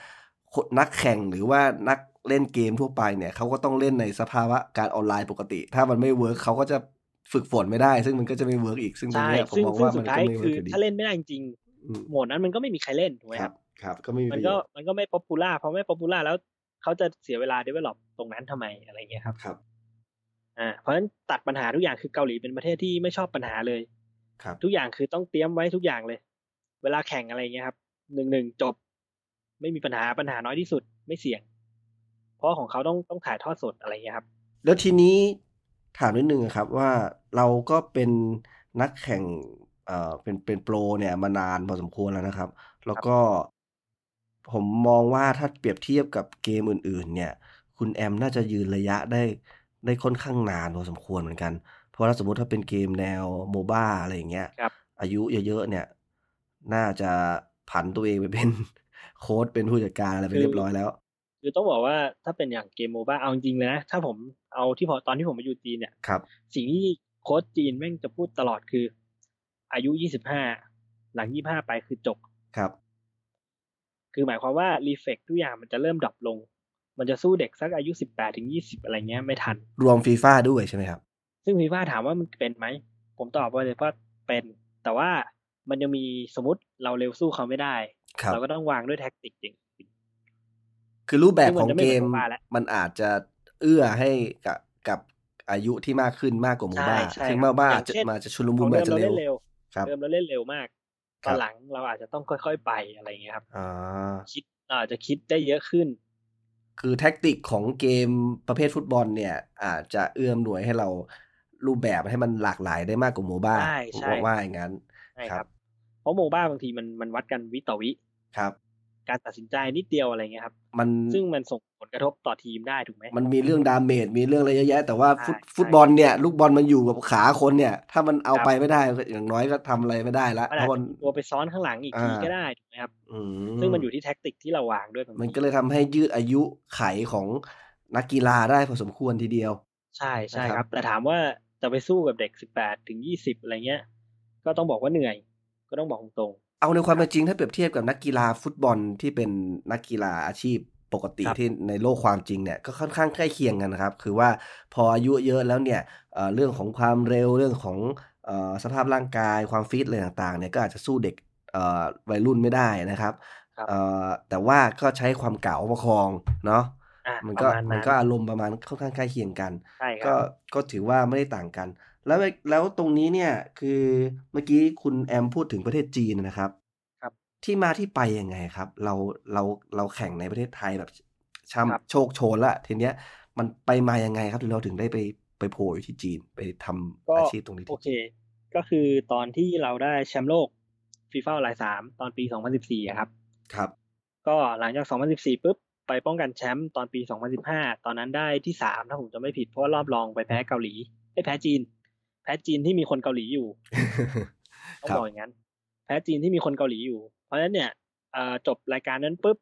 Speaker 1: คนนักแข่งหรือว่านักเล่นเกมทั่วไปเนี่ยเขาก็ต้องเล่นในสภาวะการออนไลน์ปกติ ถ้ามันไม่เวิร์กเขาก็จะฝึกฝนไม่ได้ ซึ่งมันก็จะไม่เวิร์กอีก ซึ่งตรง
Speaker 2: ใช่
Speaker 1: เนี้ยผม
Speaker 2: ซึ่ง
Speaker 1: มอง
Speaker 2: ซึ่ง
Speaker 1: ว่า
Speaker 2: สุ
Speaker 1: มั
Speaker 2: ด
Speaker 1: น
Speaker 2: ท้า
Speaker 1: ก็
Speaker 2: ย
Speaker 1: ไม่เวิ
Speaker 2: คื
Speaker 1: ร์อ
Speaker 2: อก
Speaker 1: ยู่ดี
Speaker 2: ถ้าเล่นไม่ได้จริง
Speaker 1: อืม
Speaker 2: ๆโหมดนั้นมันก็ไม่มีใครเล่นถูกไหม
Speaker 1: ค
Speaker 2: ค
Speaker 1: รั
Speaker 2: รับ
Speaker 1: บ ครับ ก็ไม่มีป
Speaker 2: มัน
Speaker 1: ระโย
Speaker 2: ก็
Speaker 1: ชน์
Speaker 2: มันก็ไม่ป๊อปปูล่าพอไม่ป๊อปปูล่าแล้วเขาจะเสียเวลา develop ตรงนั้นทำไมอะไรเงี้ยครับ
Speaker 1: ครับ
Speaker 2: อ่าเพราะฉะนั้นตัดปัญหาทุกอย่างคือเกาหลีเป็นประเทศที่ไม่ชอบปัญหาเลย
Speaker 1: ครับ
Speaker 2: ทุกอย่างคือต้องเตรียมไว้ทุกอย่างเลย เวลาแข่งอะไรเงี้ยครับหนึ่งหนึ่งจบ ไม่มีปัญหาปัญหาน้อยที่สุดไม่เสี่ยง เพราะของเขาต้องต้องถ่ายทอดสดอะไรเงี้ยครับ
Speaker 1: แล้วทีนี้ถามนิดนึงครับว่าเราก็เป็นนักแข่งเอ่อเป็นเป็นโปรเนี่ยมานานพอสมควรแล้วนะครับ แล้วก็ผมมองว่าถ้าเปรียบเทียบกับเกมอื่น ๆ เนี่ย คุณแอมน่าจะยืนระยะได้ได้ค่อนข้างนานพอสมควรเหมือนกัน เพราะถ้าสมมติถ้าเป็นเกมแนวโมบ้าอะไรอย่างเงี้ย
Speaker 2: ครับ
Speaker 1: อายุเยอะๆเนี่ย น่าจะผันตัวเองไปเป็น *laughs* โค้ดเป็นผู้จัดการอะไรไปเรียบร้อยแล้ว
Speaker 2: คือต้องบอกว่าถ้าเป็นอย่างเกมโมบ้าเอาจริงๆเลยนะถ้าผมเอาที่พอตอนที่ผมมาอยู่จีนเนี่ย
Speaker 1: ครับ
Speaker 2: สิ่งที่โค้ชจีนแม่งจะพูดตลอดคือ อายุ 25 หลัง 25 ไปคือจบ
Speaker 1: ครับ
Speaker 2: คือหมายความว่ารีเฟกทุกอย่างมันจะเริ่มดรอปลง มันจะสู้เด็กสักอายุ 18ถึง20 อะไรเงี้ยไม่ทัน
Speaker 1: รวมฟีฟ่าด้วยใช่ไหมครับ
Speaker 2: ซึ่งฟีฟ่าถามว่ามันเป็นไหม ผมตอบว่าเลยว่าเป็น แต่ว่ามันยังมีสมมติเราเร็วสู้เขาไม่ได้
Speaker 1: ครับ
Speaker 2: เราก็ต้องวางด้วยแท็กติกจริง
Speaker 1: คือรูปแบบของเกม
Speaker 2: ซึ่งมันจะไม่เหมือนโมบ้าแล้ว
Speaker 1: มันอาจจะเอื้อให้กับกับอายุที่มากขึ้นมากกว่าโมบ้า
Speaker 2: ใช่ใช่
Speaker 1: ซึ่งโมบ้า
Speaker 2: อ
Speaker 1: อา
Speaker 2: ย่า
Speaker 1: จจะ
Speaker 2: งเช่น
Speaker 1: มาจะชุลมุ
Speaker 2: ขอนง
Speaker 1: มาจะ
Speaker 2: เดิมเรา
Speaker 1: เร็วน
Speaker 2: เล่เร็ว
Speaker 1: ครับ
Speaker 2: เดิมเราเล่นเร็วมาก
Speaker 1: ค
Speaker 2: ต
Speaker 1: รับ
Speaker 2: อนหลังเราอาจจะต้องค่อยๆไปอะไรเงี้ยครับ
Speaker 1: อ่า
Speaker 2: คิดอาจจะคิดได้เยอะขึ้น
Speaker 1: คือแท็กติกของเกมประเภทฟุตบอลเนี่ย อาจจะเอื้อมหน่วยให้เรารูปแบบให้มันหลากหลายได้มากกว่าโมบ้า
Speaker 2: ใช่ใช่
Speaker 1: ผมว่าอย่างนั้น
Speaker 2: ใช่
Speaker 1: ค
Speaker 2: ค
Speaker 1: รั
Speaker 2: รับ บ เพราะโมบ้าบางทีมันมันวัดกันวิต่อวิ
Speaker 1: ครับ
Speaker 2: การตัดสินใจนิดเดียวอะไรเงี้ยครับ
Speaker 1: มัน
Speaker 2: ซึ่งมันส่งผลกระทบต่อทีมได้ถูกไหม
Speaker 1: มันมีเรื่องดาเมจมีเรื่องอะไรเยอะแยะแต่ว่าฟุต
Speaker 2: ใช่
Speaker 1: ฟุตบอลเนี่ย ลูกบอลมันอยู่กับขาคนเนี่ย ถ้ามันเอา
Speaker 2: ครับ
Speaker 1: ไปไม่ได้ก็อย่างน้อยก็ทำอะไรไม่ได้ละ
Speaker 2: มัน
Speaker 1: เพ
Speaker 2: อาจ
Speaker 1: ราะมัน
Speaker 2: จะมีตัวไปซ้อนข้างหลังอีกที
Speaker 1: อ่า
Speaker 2: ก็ได้ถูกไหมครับ
Speaker 1: อื
Speaker 2: ซึ่งมันอยู่ที่แท็กติกที่เราวางด้วยบางที
Speaker 1: มันก็เลยทำให้ยืดอายุไขของนักกีฬาได้พอสมควรทีเดียว
Speaker 2: ใช่ใช่
Speaker 1: นะค
Speaker 2: ค
Speaker 1: รั
Speaker 2: รับ บ แต่ถามว่าจะไปสู้กับเด็กสิบแปดถึงยี่สิบอะไรเงี้ย ก็ต้องบอกว่าเหนื่อย ก็ต้องบอกตรง
Speaker 1: เอาในความเป็นจริงถ้าเปรียบเทียบกับนักกีฬาฟุตบอลที่เป็นนักกีฬาอาชีพปกติ
Speaker 2: ครับ
Speaker 1: ที่ในโลกความจริงเนี่ยก็ค่อนข้างใกล้เคียงกันนะครับ คือว่าพออายุเยอะแล้วเนี่ยเอ่อเรื่องของความเร็วเรื่องของเอ่อสภาพร่างกายความฟิตอะไรต่างๆเนี่ยก็อาจจะสู้เด็กเอ่อวัยรุ่นไม่ได้นะครับ
Speaker 2: ครับ
Speaker 1: เอ่อแต่ว่าก็ใช้ความเก่าประคองเนาะ
Speaker 2: ๆอ่ะ
Speaker 1: มัน
Speaker 2: ป
Speaker 1: ก็
Speaker 2: ระมาณ
Speaker 1: มัน
Speaker 2: นั้น
Speaker 1: ก็อารมณ์ประมาณค่อนข้างใกล้เคียงกัน
Speaker 2: ใช่ครั
Speaker 1: ก็
Speaker 2: บ
Speaker 1: ก็ถือว่าไม่ได้ต่างกัน แล้วแล้วตรงนี้เนี่ยคือเมื่อกี้คุณแอมพูดถึงประเทศจีนนะครับ
Speaker 2: ครับ
Speaker 1: ที่มาที่ไปยังไงครับ เราเราเราแข่งในประเทศไทยแบบ
Speaker 2: ครับ
Speaker 1: ช้ำโชคโชนละทีเนี้ย มันไปมายังไงครับถึงเราถึงได้ไปไปโผล่อยู่ที่จีนไปทำ
Speaker 2: ก็
Speaker 1: อาชีพตรงนี้
Speaker 2: โอ
Speaker 1: ที่
Speaker 2: เค ก็คือตอนที่เราได้แชมป์โลกฟีฟ่าไลน์สามตอนปีสองพันสิบสี่ครับ
Speaker 1: ครับ *laughs*
Speaker 2: ก็หลังจาก 2014 ปุ๊บ ไปป้องกันแชมป์ตอนปี 2015 ตอนนั้นได้ที่ 3 ถ้าผมจะไม่ผิด เพราะว่ารอบรองไปแพ้เกาหลีไอ้ยแพ้จีน แพ้จีนที่มีคนเกาหลีอยู่ ต้อง
Speaker 1: ครับ
Speaker 2: บอกอย่างนั้น แพ้จีนที่มีคนเกาหลีอยู่ เพราะฉะนั้นเนี่ยเอ่อจบรายการนั้นปุ๊บ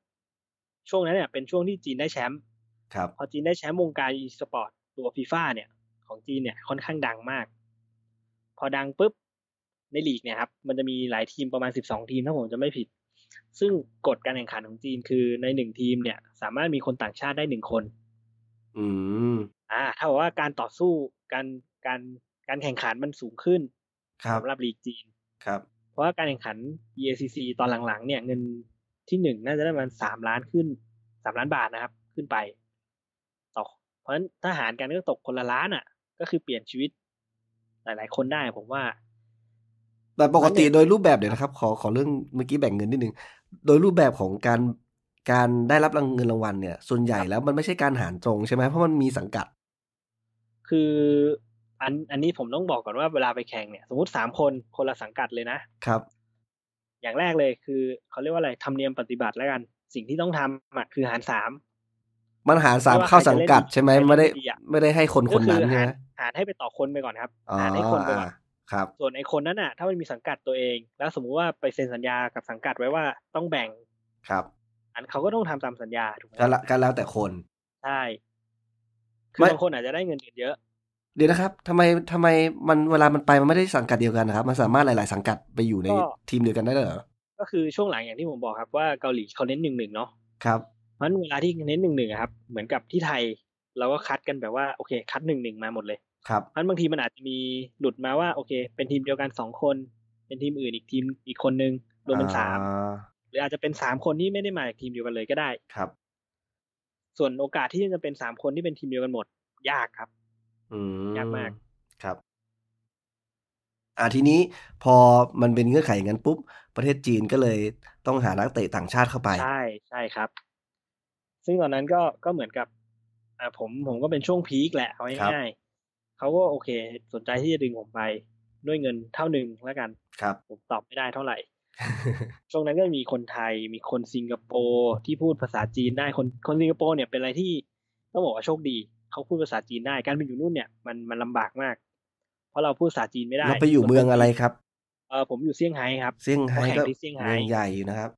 Speaker 2: ช่วงนั้นเนี่ยเป็นช่วงที่จีนได้แชมป์
Speaker 1: ครับ
Speaker 2: พอจีนได้แชมป์วงการอีสปอร์ตตัวฟีฟ่าเนี่ย ของจีนเนี่ยค่อนข้างดังมาก พอดังปุ๊บในลีกเนี่ยครับมันจะมีหลายทีมประมาณ 12 ทีมถ้าผมจะไม่ผิด ซึ่งกฎการแข่งขันของจีนคือในหนึ่งทีมเนี่ยสามารถมีคนต่างชาติได้หนึ่งคน
Speaker 1: อืม
Speaker 2: อ่าถ้าบอกว่าการต่อสู้การการการแข่งขันมันสูงขึ้น
Speaker 1: ครับ
Speaker 2: สำหรับลีกจีน
Speaker 1: ครับ
Speaker 2: เพราะว่าการแข่งขัน EACC ตอนหลังๆ เนี่ยเงินที่หนึ่งน่าจะได้ประมาณสามล้านขึ้นสามล้านบาทนะครับ ขึ้นไปต่อเพราะฉะนั้นถ้าหารกันก็ตกคนละล้านอ่ะ ก็คือเปลี่ยนชีวิต หลายๆคนได้ผมว่า
Speaker 1: แต่ปกติโดยรูปแบบเดี๋ยวนะครับ ขอขอเรื่องเมื่อกี้แบ่งเงินนิดนึง โดยรูปแบบของการการได้รับรางเงินรางวัลเนี่ย ส่วนใหญ่แล้วมันไม่ใช่การหารตรงใช่ไหมเพราะมันมีสังกัด
Speaker 2: คืออันอันนี้ผมต้องบอกก่อนว่าเวลาไปแข่งเนี่ย สมมติสามคนคนละสังกัดเลยนะ
Speaker 1: ครับ
Speaker 2: อย่างแรกเลยคือเขาเรียกว่าอะไรธรรมเนียมปฏิบัติแล้วกัน สิ่งที่ต้องทำอะคือหารสาม
Speaker 1: มันหารสามเข้าสังกัดใช่ไหมไม่ได้
Speaker 2: ใครเล่นดีอะ
Speaker 1: ไม่ได้ให้คนคนนั้น
Speaker 2: ก็อ
Speaker 1: ใช่
Speaker 2: หา
Speaker 1: ไหม
Speaker 2: รหารให้ไปต่อคนไปก่อนครับ
Speaker 1: อ๋อ
Speaker 2: หารให้คนไปก่อ
Speaker 1: อ่า
Speaker 2: น
Speaker 1: ครับ
Speaker 2: ส่วนไอ้คนนั้นน่ะ ถ้ามันมีสังกัดตัวเอง แล้วสมมุติว่าไปเซ็นสัญญากับสังกัดไว้ว่าต้องแบ่ง
Speaker 1: ครับ
Speaker 2: อันเขาก็ต้องทำตามสัญญาถูกไหม
Speaker 1: ก็ละก็แล้วแต่คน
Speaker 2: ใช่คือ
Speaker 1: ไม่
Speaker 2: บางคนอาจจะได้เงินเดือนเยอะ
Speaker 1: เดี๋ยวนะครับทำไมทำไมมันเวลามันไปมันไม่ได้สังกัดเดียวกันนะครับมันสามารถหลาย ๆ สังกัดไปอยู่ใน
Speaker 2: ก็
Speaker 1: ทีมเดียวกันได้ด้วยเหรอ
Speaker 2: ก็คือช่วงหลังอย่างที่ผมบอกครับว่าเกาหลีเขาเน้นหนึ่งหนึ่งเนาะ
Speaker 1: ครับ
Speaker 2: เพราะฉะนั้นเวลาที่เน้นหนึ่งหนึ่งครับ เหมือนกับที่ไทย เราก็คัดกันแบบว่าโอเค คัดหนึ่งหนึ่งมาหมดเลย
Speaker 1: ครับ
Speaker 2: เพราะฉะนั้นบางทีมันอาจจะมีหลุดมาว่าโอเค เป็นทีมเดียวกันสองคน เป็นทีมอื่นอีกทีมอีกคนนึงรวมเป็นสาม
Speaker 1: อ่า
Speaker 2: หรืออาจจะเป็นสามคนที่ไม่ได้มาจากทีมเดียวกันเลยก็ได้
Speaker 1: ครับ
Speaker 2: ส่วนโอกาสที่จะเป็นสามคนที่เป็นทีมเดียวกันหมด ยากครับ
Speaker 1: อืม
Speaker 2: ยากมาก
Speaker 1: ครับ อ่าทีนี้พอมันเป็นเงื่อนไขอย่างนั้นปุ๊บ ประเทศจีนก็เลยต้องหานักเตะต่างชาติเข้าไป
Speaker 2: ใช่ใช่ครับ ซึ่งตอนนั้นก็ก็เหมือนกับอ่าผมผมก็เป็นช่วงพีคแหละเอา
Speaker 1: ครับ
Speaker 2: ง่ายๆเขาก็โอเค สนใจที่จะดึงผมไปด้วยเงินเท่าหนึ่งแล้วกัน
Speaker 1: ครับ
Speaker 2: ผมตอบไม่ได้เท่าไหร่ ช่วงนั้นก็มีคนไทยมีคนสิงคโปร์ที่พูดภาษาจีนได้คนคนสิงคโปร์เนี่ยเป็นอะไรที่ต้องบอกว่าโชคดีเขาพูดภาษาจีนได้การไปอยู่นู่นเนี่ยมันมันลำบากมาก เพราะเราพูดภาษาจีนไม่ได้
Speaker 1: แล้วไปอยู่เมืองอะไรครับ
Speaker 2: เออผมอยู่เซี่ยงไฮ้ครับ
Speaker 1: เซี่ยงไฮ้ก็
Speaker 2: แข่งที่เซี่ยงไฮ้
Speaker 1: เมืองใหญ่อยู่นะครับ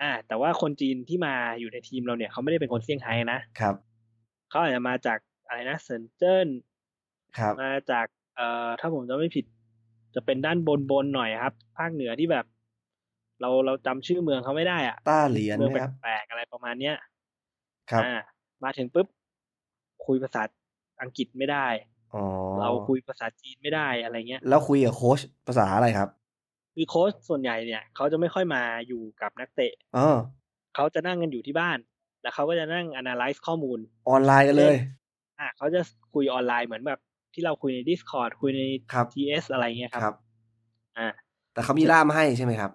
Speaker 2: อ่าแต่ว่าคนจีนที่มาอยู่ในทีมเราเนี่ยเขาไม่ได้เป็นคนเซี่ยงไฮ้นะครับ เขาอาจจะมาจากอะไรนะเซินเจิ้น
Speaker 1: ครับ
Speaker 2: มาจากเอ่อถ้าผมจำไม่ผิด จะเป็นด้านบนบนๆหน่อยครับ ภาคเหนือที่แบบ เราเราจำชื่อเมืองเขาไม่ได้อะ
Speaker 1: ต้าเหรียญ
Speaker 2: เมือง
Speaker 1: นะ
Speaker 2: แ
Speaker 1: ครับ
Speaker 2: ปลกๆอะไรประมาณเนี้ย
Speaker 1: ครับ
Speaker 2: อ่ามาถึงปุ๊บคุยภาษาอังกฤษไม่ได้
Speaker 1: อ๋อ
Speaker 2: เราคุยภาษาจีนไม่ได้อะไรเงี้ย
Speaker 1: แล้วคุยกับโค้ชภาษาอะไรครับ
Speaker 2: คือโค้ชส่วนใหญ่เนี่ยเขาจะไม่ค่อยมาอยู่กับนักเตะ
Speaker 1: อ๋อ
Speaker 2: เขาจะนั่งกันอยู่ที่บ้าน แล้วเขาก็จะนั่ง analyze ข้อมูล
Speaker 1: ออนไลน์กันเลย
Speaker 2: อ่ะเขาจะคุยออนไลน์เหมือนแบบที่เราคุยใน Discord คุยใน
Speaker 1: ครับ
Speaker 2: TS อะไรเงี้ยค
Speaker 1: ครั
Speaker 2: รับ
Speaker 1: บ
Speaker 2: อ่า
Speaker 1: แต่เขามีล่ามให้ใช่ไหมครับ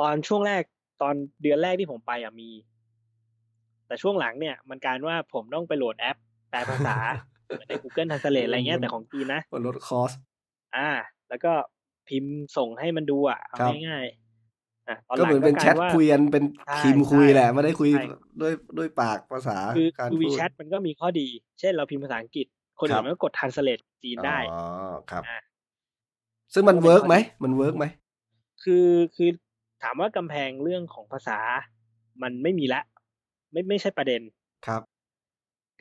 Speaker 2: ตอนช่วงแรกตอนเดือนแรกที่ผมไปอ่ะมี แต่ช่วงหลังเนี่ย มันกลารว่าผมต้องไปโหลดแอป แปลภา
Speaker 1: *laughs*
Speaker 2: ษา เหมือนใน Google Translate อะไรเงี้ยแต่ของจีนนะ
Speaker 1: ลดคอส
Speaker 2: อ่า แล้วก็พิมพ์ส่งให้มันดูอ่ะเอา
Speaker 1: ครับ
Speaker 2: ง่ายๆอ่ะตอนห
Speaker 1: ก็
Speaker 2: ลั
Speaker 1: เห
Speaker 2: ง
Speaker 1: มือนเป็นแชท
Speaker 2: กลาว่า
Speaker 1: คุยกันเป็น
Speaker 2: ใช่
Speaker 1: พิมพ์คุยแหละไม่ได้คุย
Speaker 2: ใช่
Speaker 1: ด้วยด้วยปากภาษา
Speaker 2: คือ
Speaker 1: การ
Speaker 2: คือ
Speaker 1: พู
Speaker 2: วี
Speaker 1: ด
Speaker 2: แชทมันก็มีข้อดี เช่นเราพิมพ์ภาษาอังกฤษ คน
Speaker 1: ครั
Speaker 2: อื่
Speaker 1: บ
Speaker 2: นมันก็กด Translate จีนได้
Speaker 1: อ๋อครับ
Speaker 2: อ่ะ
Speaker 1: ซึ่งมันเวิร์กไหมมันเวิร์กไหม
Speaker 2: คือคือถามว่ากำแพงเรื่องของภาษามันไม่มีละ ไม่ไม่ใช่ประเด็น
Speaker 1: ครับ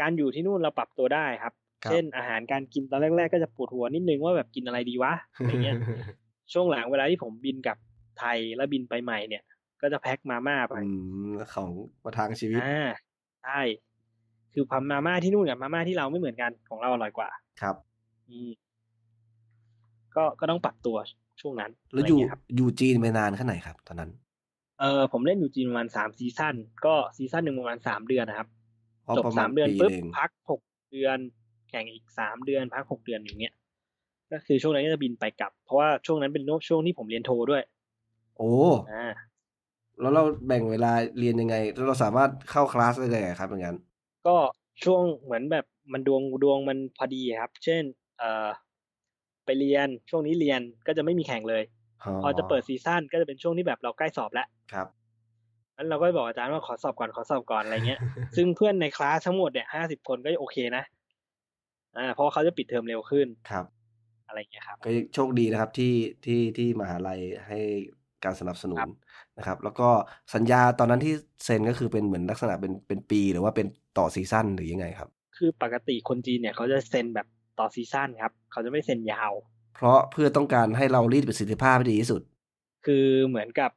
Speaker 2: การอยู่ที่นู่นเราปรับตัวได้ครับ
Speaker 1: ครับ
Speaker 2: เช่นอาหารการกินตอนแรก ๆ ก็จะปวดหัวนิดนึงว่าแบบกินอะไรดีวะอะไร
Speaker 1: *laughs*
Speaker 2: เงี้ย ช่วงหลังเวลาที่ผมบินกลับไทยแล้วบินไปใหม่เนี่ย ก็จะแพ็คมาม่าไป
Speaker 1: อืมของประทังชีวิต
Speaker 2: อ่าใช่คือพัมมาม่าที่นู่นกับมาม่าที่เราไม่เหมือนกันของเราอร่อยกว่า
Speaker 1: ครับ
Speaker 2: อืมก็ก็ต้องปรับตัวช่วงนั้น
Speaker 1: แล้วอยู่
Speaker 2: ะไรเงี้ครับ
Speaker 1: อยู่จีนไปนานแค่ไหนครับ ตอนนั้น
Speaker 2: เออผมเล่นอยู่จีนประมาณสามซีซั่นก็ซีซั่นหนึ่งประมาณสามเดือนนะครับ
Speaker 1: อ๋อ
Speaker 2: จบ
Speaker 1: ประ
Speaker 2: สามเดือน
Speaker 1: ปี
Speaker 2: ปุ๊บ
Speaker 1: หนึ่ง
Speaker 2: พักหกเดือน แข่งอีกสามเดือน พักหกเดือนอย่างเงี้ยก็คือช่วงนั้นก็จะบินไปกลับ เพราะว่าช่วงนั้นเป็นช่วงที่ผมเรียนโทด้วย
Speaker 1: โอ้
Speaker 2: อ่า
Speaker 1: แล้วเราแบ่งเวลาเรียนยังไง แล้วเราสามารถเข้าคลาสได้ยังไงครับอย่างนั้น
Speaker 2: ก็ช่วงเหมือนแบบมันดวงดวงมันพอดีครับ เช่น เออไปเรียนช่วงนี้เรียนก็จะไม่มีแข่งเลย พอจะเปิดซีซั่นก็จะเป็นช่วงที่แบบเราใกล้สอบแล้ว
Speaker 1: ครับ
Speaker 2: งั้นเราก็บอกอาจารย์ว่าขอสอบก่อนขอสอบก่อนอะไรเงี้ย ซึ่งเพื่อนในคลาสทั้งหมดเนี่ยห้าสิบคนก็โอเคนะ อ่า เพราะเขาจะปิดเทอมเร็วขึ้น
Speaker 1: ครับ
Speaker 2: อะไรอย่างเงี้ยครับ
Speaker 1: ก็โชคดีนะครับที่ที่ที่มหาลัยให้การสนับสนุน
Speaker 2: ครับ
Speaker 1: นะครับ แล้วก็สัญญาตอนนั้นที่เซ็นก็คือเป็นเหมือนลักษณะเป็นเป็นปีหรือว่าเป็น ต่อซีซั่นหรือยังไงครับ
Speaker 2: คือปกติคนจีนเนี่ยเขาจะเซ็นแบบต่อซีซั่นครับ เขาจะไม่เซ็นยาว
Speaker 1: เพราะเพื่อต้องการให้เรารีดประสิทธิภาพให้ดีที่สุด
Speaker 2: คือเหมือนกับ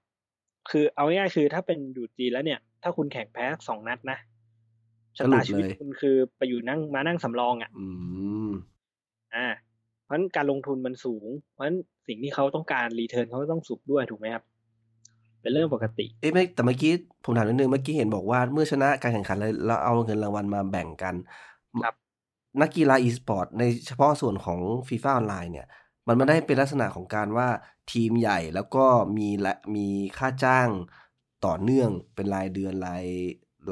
Speaker 2: คือเอาง่ายๆคือถ้าเป็นอยู่จีนแล้วเนี่ย ถ้าคุณแข่งแพ้สองนัดนะชะตาชี
Speaker 1: สรุป
Speaker 2: วิต
Speaker 1: เลย
Speaker 2: คุณคือไปอยู่นั่งมานั่งสำรองอ่ะ
Speaker 1: อืม
Speaker 2: อ่า เพราะฉะนั้นการลงทุนมันสูง เพราะฉะนั้นสิ่งที่เขาต้องการรีเทิร์นเขาก็ต้องสูงด้วยถูกไหมครับ เป็นเรื่องปกติ
Speaker 1: เอ๊ะไม่แต่เมื่อกี้ผมถามนิดนึงเมื่อกี้เห็นบอกว่าเมื่อชนะการแข่งขันเลยเราเอาเงินรางวัลมาแบ่งกัน
Speaker 2: ครับ
Speaker 1: นักกีฬาอีสปอร์ตในเฉพาะส่วนของฟีฟ่าออนไลน์เนี่ย มันไม่ได้เป็นลักษณะของการว่าทีมใหญ่แล้วก็มีละมีค่าจ้างต่อเนื่องเป็นรายเดือนราย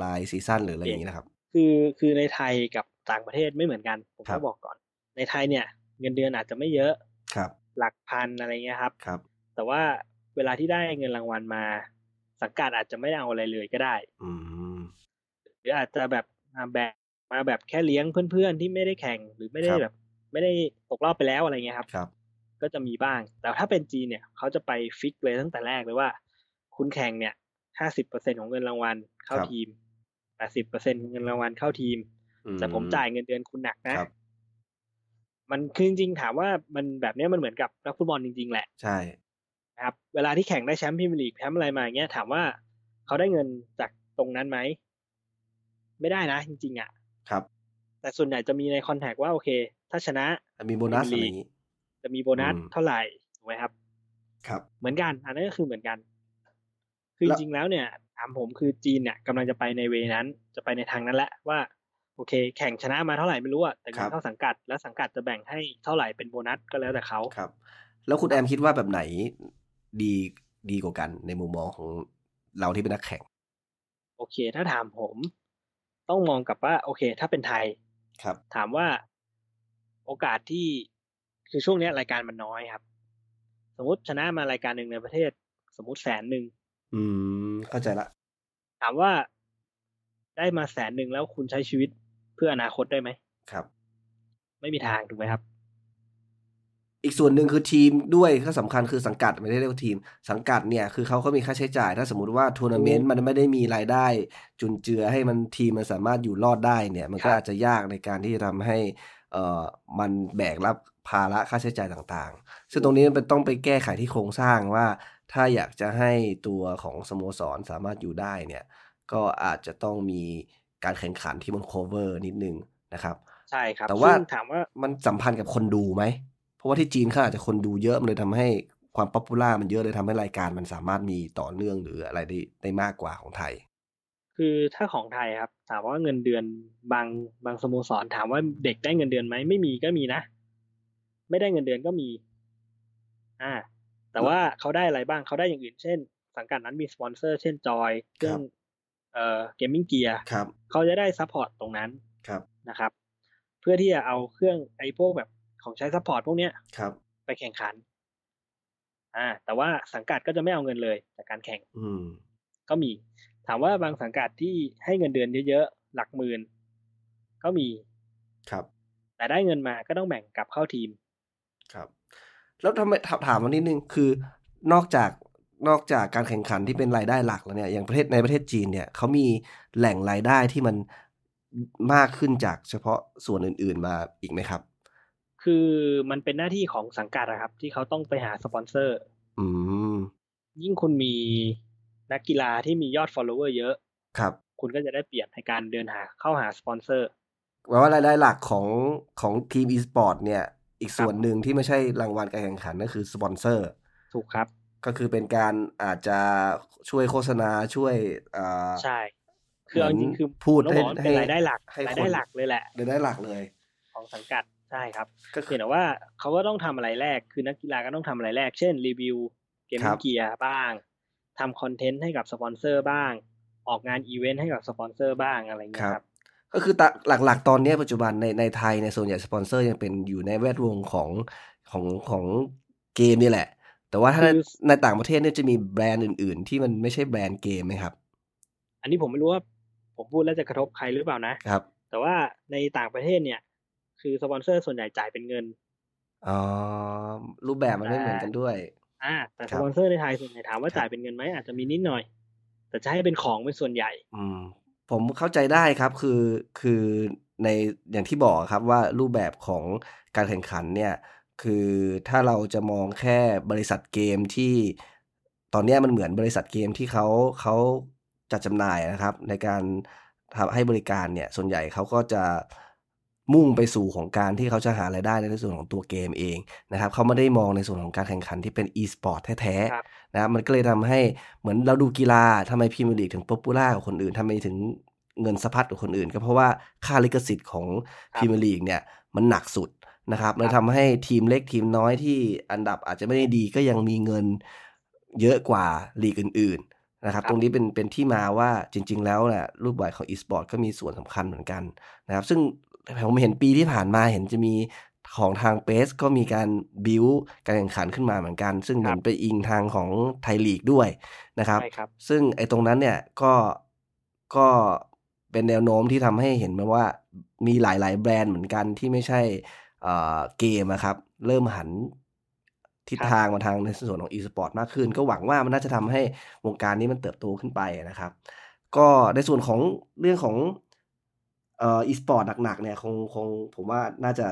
Speaker 1: รายซีซั่นหรืออะไรอย่างนี้นะครับ
Speaker 2: คือคือในไทยกับต่างประเทศไม่เหมือนกัน ผม
Speaker 1: ครั
Speaker 2: ก็
Speaker 1: บ
Speaker 2: บอกก่อน ในไทยเนี่ย เงินเดือนอาจจะไม่เยอะ
Speaker 1: ครับ
Speaker 2: หลักพันอะไรเงี้ยครับ
Speaker 1: ครับ
Speaker 2: แต่ว่าเวลาที่ได้เงินรางวัลมา สังกัดอาจจะไม่ได้เอาอะไรเลยก็ได้
Speaker 1: อืม
Speaker 2: หรืออาจจะแบบมาแบบมาแบบแค่เลี้ยงเพื่อนๆที่ไม่ได้แข่งหรือไม่ได้
Speaker 1: ครับ
Speaker 2: แบบ ไม่ได้ตกรอบไปแล้วอะไรเงี้ยครับ
Speaker 1: ครับ
Speaker 2: ก็จะมีบ้าง แต่ถ้าเป็นจีนเนี่ย เขาจะไปฟิกเลยตั้งแต่แรกเลยว่า คุณแข่งเนี่ยห้าสิบเปอร์เซ็นของเงินรางวัลเข้า
Speaker 1: ครับ
Speaker 2: ทีมแปดสิบเปอร์เซ็นเงินรางวัลเข้าทีม
Speaker 1: อื
Speaker 2: แต่ผมจ่ายเงินเดือนคุณหนักนะ
Speaker 1: ครับ
Speaker 2: มันคือจริงๆถามว่ามันแบบเนี้ยมันเหมือนกับนักฟุตบอลจริงๆแหละ
Speaker 1: ใช่
Speaker 2: นะครับ เวลาที่แข่งได้แชมป์พรีเมียร์ลีกแชมป์อะไรมาอย่างเงี้ยถามว่าเขาได้เงินจากตรงนั้นไหม ไม่ได้นะจริงๆอะ่ะ
Speaker 1: ครับ
Speaker 2: แต่ส่วนใหญ่จะมีในคอนแทคว่าโอเค ถ้าชนะ
Speaker 1: มีโบนัส
Speaker 2: มี
Speaker 1: อะ
Speaker 2: ลี
Speaker 1: ไรอ
Speaker 2: ก
Speaker 1: ย่างนี้
Speaker 2: จะมีโบนัส
Speaker 1: อืม
Speaker 2: เท่าไหร่ถูกไหมครับ
Speaker 1: ครับ
Speaker 2: เหมือนกัน อันนั้นก็คือเหมือนกัน คือ
Speaker 1: แล้
Speaker 2: จ
Speaker 1: ว
Speaker 2: ริงๆแล้วเนี่ยถามผมคือจีนเนี่ยกำลังจะไปในเวนั้น จะไปในทางนั้นแหละว่า โอเค แข่งชนะมาเท่าไหร่ไม่รู้อะแต่เงินเข้าสังกัด แล้วสังกัดจะแบ่งให้เท่าไหร่เป็นโบนัสก็แล้วแต่เขา
Speaker 1: ครับ แล้วคุณแอมคิดว่าแบบไหนดีดีกว่ากันในมุมมองของเราที่เป็นนักแข่ง
Speaker 2: โอเค ถ้าถามผม ต้องมองกลับว่า โอเค ถ้าเป็นไทย
Speaker 1: ครับ
Speaker 2: ถามว่าโอกาสที่คือช่วงเนี้ยรายการมันน้อยครับ สมมติชนะมารายการหนึ่งในประเทศ สมมติแสนหนึ่ง
Speaker 1: อืมเข้าใจละ
Speaker 2: ถามว่าได้มาแสนหนึ่งแล้วคุณใช้ชีวิตเพื่ออนาคตได้ไหม
Speaker 1: ครับ
Speaker 2: ไม่มีทางถูกไหมครับ
Speaker 1: อีกส่วนหนึ่งคือทีมด้วยก็สำคัญคือสังกัดไม่ได้เรียกว่าทีม สังกัดเนี่ยคือเขาก็มีค่าใช้จ่าย ถ้าสมมติว่าทัวร์นาเมนต์มันไม่ได้มีรายได้ จุนเจือให้มันทีมมันสามารถอยู่รอดได้เนี่ย มันก็
Speaker 2: ครับ
Speaker 1: อาจจะยากในการที่จะทำให้ เอ่อมันแบกรับภาระค่าใช้จ่ายต่างๆ ซึ่งตรงนี้มันต้องไปแก้ไขที่โครงสร้างว่า ถ้าอยากจะให้ตัวของสโมสรสามารถอยู่ได้เนี่ย ก็อาจจะต้องมีการแข่งขันที่มัน cover นิดนึงนะครับ
Speaker 2: ใช่ครับ
Speaker 1: แต่ว่า
Speaker 2: ซึ่งถามว่า
Speaker 1: มันสัมพันธ์กับคนดูไหม เพราะว่าที่จีนเขาอาจจะคนดูเยอะมันเลยทำให้ความป๊อปปูล่ามันเยอะเลยทำให้รายการมันสามารถมีต่อเนื่องหรืออะไรได้ได้มากกว่าของไทย
Speaker 2: คือถ้าของไทยครับ ถามว่าเงินเดือนบางบางสโมสรถามว่าเด็กได้เงินเดือนไหมไม่มีก็มีนะ ไม่ได้เงินเดือนก็มี อ่า แต่ว่าเขาได้อะไรบ้างเขาได้อย่างอื่น เช่น สังกัดนั้นมีสปอนเซอร์ เช่นจอยเครื่องเอ่อเกมมิ่งเกียร์
Speaker 1: ครับ
Speaker 2: เขาจะได้ซัพพอร์ตตรงนั้น
Speaker 1: ครับ
Speaker 2: นะครับ เพื่อที่จะเอาเครื่องไอ้พวกแบบของใช้ซัพพอร์ตพวกเนี้ย
Speaker 1: ครับ
Speaker 2: ไปแข่งขัน อ่า แต่ว่าสังกัดก็จะไม่เอาเงินเลยจากการแข่ง
Speaker 1: อืม
Speaker 2: ก็มี ถามว่าบางสังกัดที่ให้เงินเดือนเยอะๆ หลักหมื่น ก็มี
Speaker 1: ครับ
Speaker 2: แต่ได้เงินมาก็ต้องแบ่งกลับเข้าทีม
Speaker 1: ครับ แล้วทำไมถามถามมานิดนึง คือนอกจากนอกจากการแข่งขันที่เป็นรายได้หลักแล้วเนี่ย อย่างประเทศในประเทศจีนเนี่ยเขามีแหล่งรายได้ที่มันมากขึ้นจากเฉพาะส่วนอื่น ๆมาอีกไหมครับ
Speaker 2: คือมันเป็นหน้าที่ของสังกัดอะครับ ที่เขาต้องไปหาสปอนเซอร์
Speaker 1: อืม
Speaker 2: ยิ่งคุณมีนักกีฬาที่มียอด follower เยอะ
Speaker 1: ครับ
Speaker 2: คุณก็จะได้เปรียบในการเดินหาเข้าหาสปอนเซอร์
Speaker 1: แปลว่ารายได้หลักของของทีมอีสปอร์ตเนี่ย อีกส่วนหนึ่งที่ไม่ใช่รางวัลการแข่งขันก็คือสปอนเซอร์
Speaker 2: ถูกครับ
Speaker 1: ก็คือเป็นการอาจจะช่วยโฆษณาช่วยอ่า
Speaker 2: ใช่ คือเอาจริงๆคือ
Speaker 1: พูด
Speaker 2: ต้องบอกว่ามันเป็
Speaker 1: ให้
Speaker 2: นรายได้หลัก
Speaker 1: ให้
Speaker 2: ราย
Speaker 1: ค
Speaker 2: ได้
Speaker 1: น
Speaker 2: หลักเลยแหละ
Speaker 1: รายได้หลักเลย
Speaker 2: ของสังกัด ใช่ครับ
Speaker 1: ก็
Speaker 2: เพี
Speaker 1: คื
Speaker 2: ย
Speaker 1: อ
Speaker 2: งแต่ว่าเขาก็ต้องทำอะไรแรก คือนักกีฬาก็ต้องทำอะไรแรก เช่น รีวิวเกม
Speaker 1: ครับ
Speaker 2: เกียร์บ้างทำคอนเทนต์ให้กับสปอนเซอร์บ้าง ออกงานอีเวนต์ให้กับสปอนเซอร์บ้างอะไรเงี้
Speaker 1: ครับ
Speaker 2: ยครับ
Speaker 1: ก็คือตะหลักๆ ตอนเนี้ยปัจจุบันในในไทยในยส่วนใหญ่สปอนเซอร์ยังเป็นอยู่ในแวดวงของของของเกมนี่แหละ แต่ว่าถ้าใน
Speaker 2: คือ
Speaker 1: ในต่างประเทศเนี่ยจะมีแบรนด์อื่น ๆ ที่มันไม่ใช่แบรนด์เกมไหมครับ
Speaker 2: อันนี้ผมไม่รู้ว่าผมพูดแล้วจะกระทบใครหรือเปล่านะ
Speaker 1: ครับ
Speaker 2: แต่ว่าในต่างประเทศเนี่ย คือสปอนเซอร์ส่วนใหญ่จ่ายเป็นเงิน
Speaker 1: อ๋อรูปแบบมันไม่เหมือนกันด้วย
Speaker 2: อ่า แต่
Speaker 1: ครั
Speaker 2: ส
Speaker 1: บ
Speaker 2: ปอนเซอร์ในไทยส่วนใหญ่ถามว่า
Speaker 1: ครับ
Speaker 2: จ่ายเป็นเงินไหมอาจจะมีนิดหน่อย แต่จะให้เป็นของเป็นส่วนใหญ่
Speaker 1: อืม ผมเข้าใจได้ครับคือคือในอย่างที่บอกครับว่ารูปแบบของการแข่งขันเนี่ยคือถ้าเราจะมองแค่บริษัทเกมที่ตอนเนี้ยมันเหมือนบริษัทเกมที่เขาเขาจัดจำหน่ายนะครับ ในการทำให้บริการเนี่ยส่วนใหญ่เขาก็จะมุ่งไปสู่ของการที่เขาจะหารายได้ในส่วนของตัวเกมเองนะครับเขาไม่ได้มองในส่วนของการแข่งขันที่เป็น e-sport แท้
Speaker 2: ครับ
Speaker 1: ๆนะครับมันก็เลยทำให้เหมือนเราดูกีฬาทำไมพรีเมียร์ลีกถึงป๊อปปูล่ากว่าคนอื่นทำไมถึงเงินสะพัดกว่าคนอื่น ก็เพราะว่าค่าลิขสิทธิ์ของพรีเมียร์ลีกเนี่ยมันหนักสุดนะครับเลยทำให้ทีมเล็กทีมน้อยที่อันดับอาจจะไม่ได้ดีก็ยังมีเงินเยอะกว่าลีกอื่น ๆ นะครับ
Speaker 2: ครับ
Speaker 1: ตรงนี้เป็นเป็นที่มาว่าจริง ๆ แล้วนะรูปแบบของ e-sport ก็มีส่วนสำคัญเหมือนกันนะครับ ซึ่งผมเห็นปีที่ผ่านมาเห็นจะมีของทางเ c e ก็มีการบิวการแข่งขันขึ้นมาเหมือนกัน ซึ่งเหมือนไปอิงทางของไทยลีกด้วยนะครับ
Speaker 2: ใช่ครับ
Speaker 1: ซึ่งไอ้ตรงนั้นเนี่ยก็ก็เป็นแนวโน้มที่ทำให้เห็นไหมว่ามีหลาย ๆ แบรนด์เหมือนกันที่ไม่ใช่เอ่อเกมอะครับ เริ่มหันทิศ
Speaker 2: ครับ
Speaker 1: ทางมาทางในส่วนของ e-sport มากขึ้น ก็หวังว่ามันน่าจะทำให้วงการนี้มันเติบโตขึ้นไปนะครับ ก็ในส่วนของเรื่องของเอ่อ e-sport หนัก ๆ เนี่ยคงคงผมว่าน่าจะ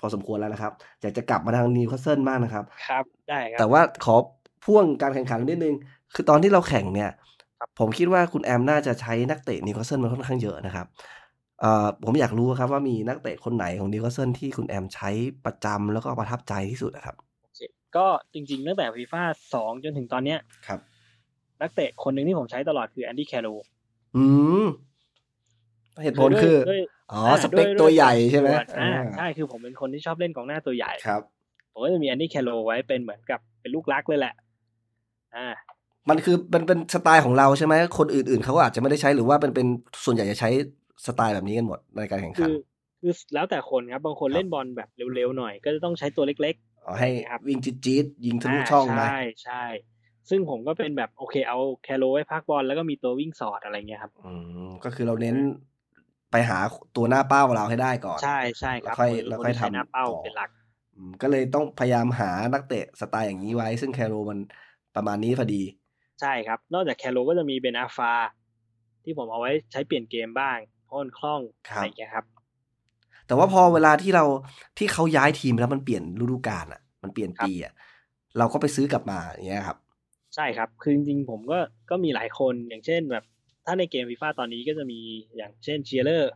Speaker 1: พอสมควรแล้วนะครับ อยากจะกลับมาทางนิวคาสเซิลบ้างนะครับ
Speaker 2: ครับได้ครับ
Speaker 1: แต่ว่าขอพ่วงการแข่งขันนิดนึง คือตอนที่เราแข่งเนี่ย ผมคิดว่าคุณแอมน่าจะใช้นักเตะนิวคาสเซิลมาค่อนข้างเยอะนะครับเอ่อผมอยากรู้ครับว่ามีนักเตะคนไหนของนิวคาสเซิลที่คุณแอมใช้ประจำแล้วก็ประทับใจที่สุดอะครับ
Speaker 2: ก็จริงๆตั้งแต่ฟีฟ่าสองจนถึงตอนเนี้ย
Speaker 1: ครับ
Speaker 2: นักเตะคนหนึ่งที่ผมใช้ตลอดคือแอนดี้แคโร
Speaker 1: อืมเหตุผลคือ
Speaker 2: ด้วย
Speaker 1: อ๋อ
Speaker 2: ด้วย
Speaker 1: สเปค
Speaker 2: ด้วย
Speaker 1: ตัว
Speaker 2: ด้วย
Speaker 1: ใหญ่ใช่ไหม
Speaker 2: ส่วนอ่า
Speaker 1: อ่า
Speaker 2: ใช่คือผมเป็นคนที่ชอบเล่นกองหน้าตัวใหญ่
Speaker 1: ครับ
Speaker 2: ผมก็จะมีแอนดี้แคโรไว้เป็นเหมือนกับเป็นลูกรักเลยแหละ อ่า
Speaker 1: มันคือมันเป็นสไตล์ของเราใช่ไหมคนอื่นๆเขาอาจจะไม่ได้ใช้หรือว่าเป็นเป็นส่วนใหญ่จะใช้สไตล์แบบนี้กันหมดในการแข่ง
Speaker 2: คื
Speaker 1: ขัน
Speaker 2: อคือแล้วแต่คนครับ บางคนเล่นบอลแบบเร็วๆหน่อย ก็จะต้องใช้ตัวเล็ก
Speaker 1: เอาให้
Speaker 2: ครับ
Speaker 1: วิ่งจี๊ดๆยิง
Speaker 2: ๆ
Speaker 1: ทะลุช่องไป
Speaker 2: าใช่ใช่ ซึ่งผมก็เป็นแบบโอเคเอาแคโรไว้พักบอลแล้วก็มีตัววิ่งสอดอะไรเงี้ยครับ
Speaker 1: อืมก็คือเราเน้นไปหาตัวหน้าเป้าเราให้ได้ก่อน
Speaker 2: ใช่ใช่ครับ
Speaker 1: แล้วค่อย
Speaker 2: น
Speaker 1: แล้ว
Speaker 2: น
Speaker 1: ค่อย
Speaker 2: ที่ใช้
Speaker 1: ทำ
Speaker 2: หน้าเป้า
Speaker 1: ต่อ
Speaker 2: เป็นหลัก
Speaker 1: อืมก็เลยต้องพยายามหานักเตะสไตล์อย่างนี้ไว้ ซึ่งแคโรมันประมาณนี้พอดี
Speaker 2: ใช่ครับ นอกจากแคโรก็จะมีเบนอาฟา ที่ผมเอาไว้ใช้เปลี่ยนเกมบ้าง เพราะมันคล่อง
Speaker 1: ครับ
Speaker 2: อะไรอย่างเงี้ยครับ
Speaker 1: แต่ว่าพอเวลาที่เราที่เขาย้ายทีมแล้วมันเปลี่ยนฤดูกาลอ่ะ มันเปลี่ยนปีอ่ะเราก็ไปซื้อกลับมาอย่างเงี้ยครับ
Speaker 2: ใช่ครับ คือจริงๆ ผมก็ก็มีหลายคนอย่างเช่นแบบ ถ้าในเกมฟีฟ่าตอนนี้ก็จะมีอย่างเช่นเชียร์เลอร์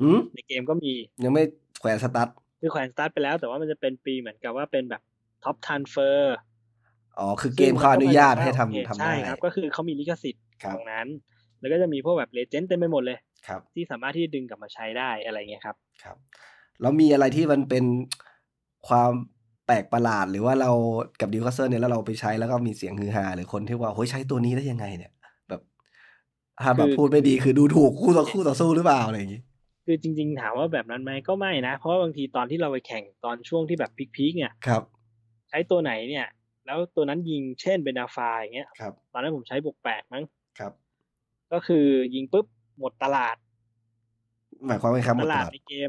Speaker 1: อืม
Speaker 2: ในเกมก็มี
Speaker 1: ยังไม่แขวนสตั๊ด
Speaker 2: คือแขวนสตาร์ทไปแล้วแต่ว่ามันจะเป็นปีเหมือนกับว่าเป็นแบบท็อปทันเฟอร์
Speaker 1: อ๋อคือเกมเขาอนุญาตให้ทำทำได้
Speaker 2: ใช่ครับ ก็คือเขามีลิขสิทธิ์
Speaker 1: ครับ
Speaker 2: ตรงนั้น แล้วก็จะมีพวกแบบเลเจนด์เต็มไปหมดเลย
Speaker 1: ครับ
Speaker 2: ที่สามารถที่จะดึงกลับมาใช้ได้อะไรเงี้ยครับ
Speaker 1: ครับแล้วมีอะไรที่มันเป็นความแปลกประหลาด หรือว่าเรากับดิวคาสเซิลเนี่ยแล้วเราไปใช้แล้วก็มีเสียงฮือฮาหรือคนที่ว่าโอ้ยใช้ตัวนี้ได้ยังไงเนี่ย แบบถ้าแบบ
Speaker 2: คือ
Speaker 1: พูดไม่ดีคือดูถูกคู่ต่อคู่ต่อสู้หรือเปล่าอะไรอย่างงี้
Speaker 2: คือจริง ๆ ถามว่าแบบนั้นไหมก็ไม่นะ เพราะว่าบางทีตอนที่เราไปแข่งตอนช่วงที่แบบพีคๆเนี่ย
Speaker 1: ครับ
Speaker 2: ใช้ตัวไหนเนี่ย แล้วตัวนั้นยิงเช่นเบนาฟาอย่างเงี้ย
Speaker 1: ครับ
Speaker 2: ตอนนั้นผมใช้บวกแปดมั้ง
Speaker 1: ครับ
Speaker 2: ก็คือยิงปุ๊บหมดตลาด
Speaker 1: หมายความว่าไงครับหม
Speaker 2: ต
Speaker 1: ดต
Speaker 2: ลาด
Speaker 1: ลาด
Speaker 2: ในเกม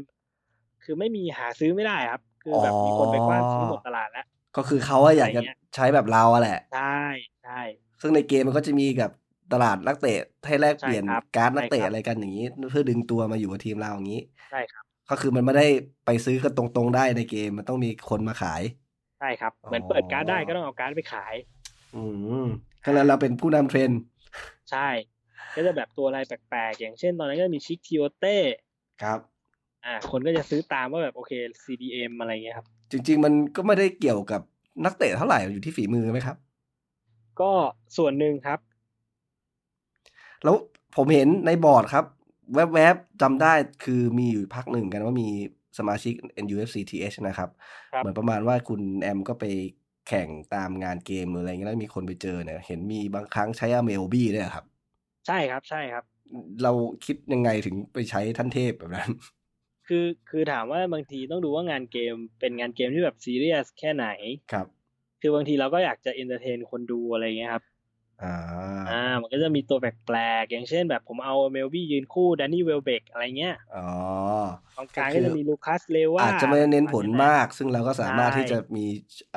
Speaker 2: คือไม่มีหาซื้อไม่ได้ครับ คือแบบมีคนไปกว้านซื้อหมดตลาดแล้ว
Speaker 1: ก็คือเขาอะอยากจะ
Speaker 2: อะไรเงี้ย
Speaker 1: ใช้แบบเราอะแหละ
Speaker 2: ใช่ใช่
Speaker 1: ซึ่งในเกมมันก็จะมีกับตลาดนักเตะให้แลกเปลี่ยน
Speaker 2: ใช่ครับ
Speaker 1: การ์ดนักเตะ
Speaker 2: ใช่ครับ
Speaker 1: อะไรกันอย่างนี้ เพื่อดึงตัวมาอยู่กับทีมเราอย่างนี้
Speaker 2: ใช่ครับ
Speaker 1: ก็คือมันไม่ได้ไปซื้อกันตรงๆได้ในเกมมันต้องมีคนมาขาย
Speaker 2: ใช่ครับ
Speaker 1: อ๋อ
Speaker 2: เหมือนเปิดการ์ดได้ก็ต้องเอาการ์ดไปขาย
Speaker 1: อืมก็แล้วเราเป็นผู้นำเทรนด์
Speaker 2: ใช่ ก็จะแบบตัวอะไรแปลกๆ อย่างเช่นตอนนั้นก็มีชิคทิโอเต้
Speaker 1: ครับ
Speaker 2: อ่า คนก็จะซื้อตามว่าแบบโอเค CDM อะไรเงี้ยครับ
Speaker 1: จริง ๆ มันก็ไม่ได้เกี่ยวกับนักเตะเท่าไหร่อยู่ที่ฝีมือไหมครับ
Speaker 2: ก็ส่วนหนึ่งครับ
Speaker 1: แล้วผมเห็นในบอร์ดครับ แวบๆจำได้คือมีอยู่พักหนึ่งกันว่ามีสมาชิก NUFCTH นะครับ
Speaker 2: ครับ
Speaker 1: เหมือนประมาณว่าคุณแอมก็ไปแข่งตามงานเกมหรืออะไรเงี้ยแล้วมีคนไปเจอเนี่ยเห็นมีบางครั้งใช้อาเมลบี้ด้วยครับ
Speaker 2: ใช่ครับ ใช่ครับ
Speaker 1: เราคิดยังไงถึงไปใช้ท่านเทพแบบนั้น
Speaker 2: คือคือถามว่าบางทีต้องดูว่างานเกมเป็นงานเกมที่แบบซีเรียสแค่ไหน
Speaker 1: ครับ
Speaker 2: คือบางทีเราก็อยากจะเอนเตอร์เทนคนดูอะไรเงี้ยครับ
Speaker 1: อ่า
Speaker 2: อ่า มันก็จะมีตัวแปลกๆ อย่างเช่นแบบผมเอาเมลบี้ยืนคู่แดนนี่เวลเบกอะไรเงี้ย
Speaker 1: อ๋อ
Speaker 2: ตรงกลาง
Speaker 1: ก็คื
Speaker 2: ก็
Speaker 1: อ
Speaker 2: จะมีลูคัสเลว่า
Speaker 1: อาจจะไม่ได้เน้นผลมาก
Speaker 2: อะไร
Speaker 1: ซึ่งเราก็สามารถที่จะมี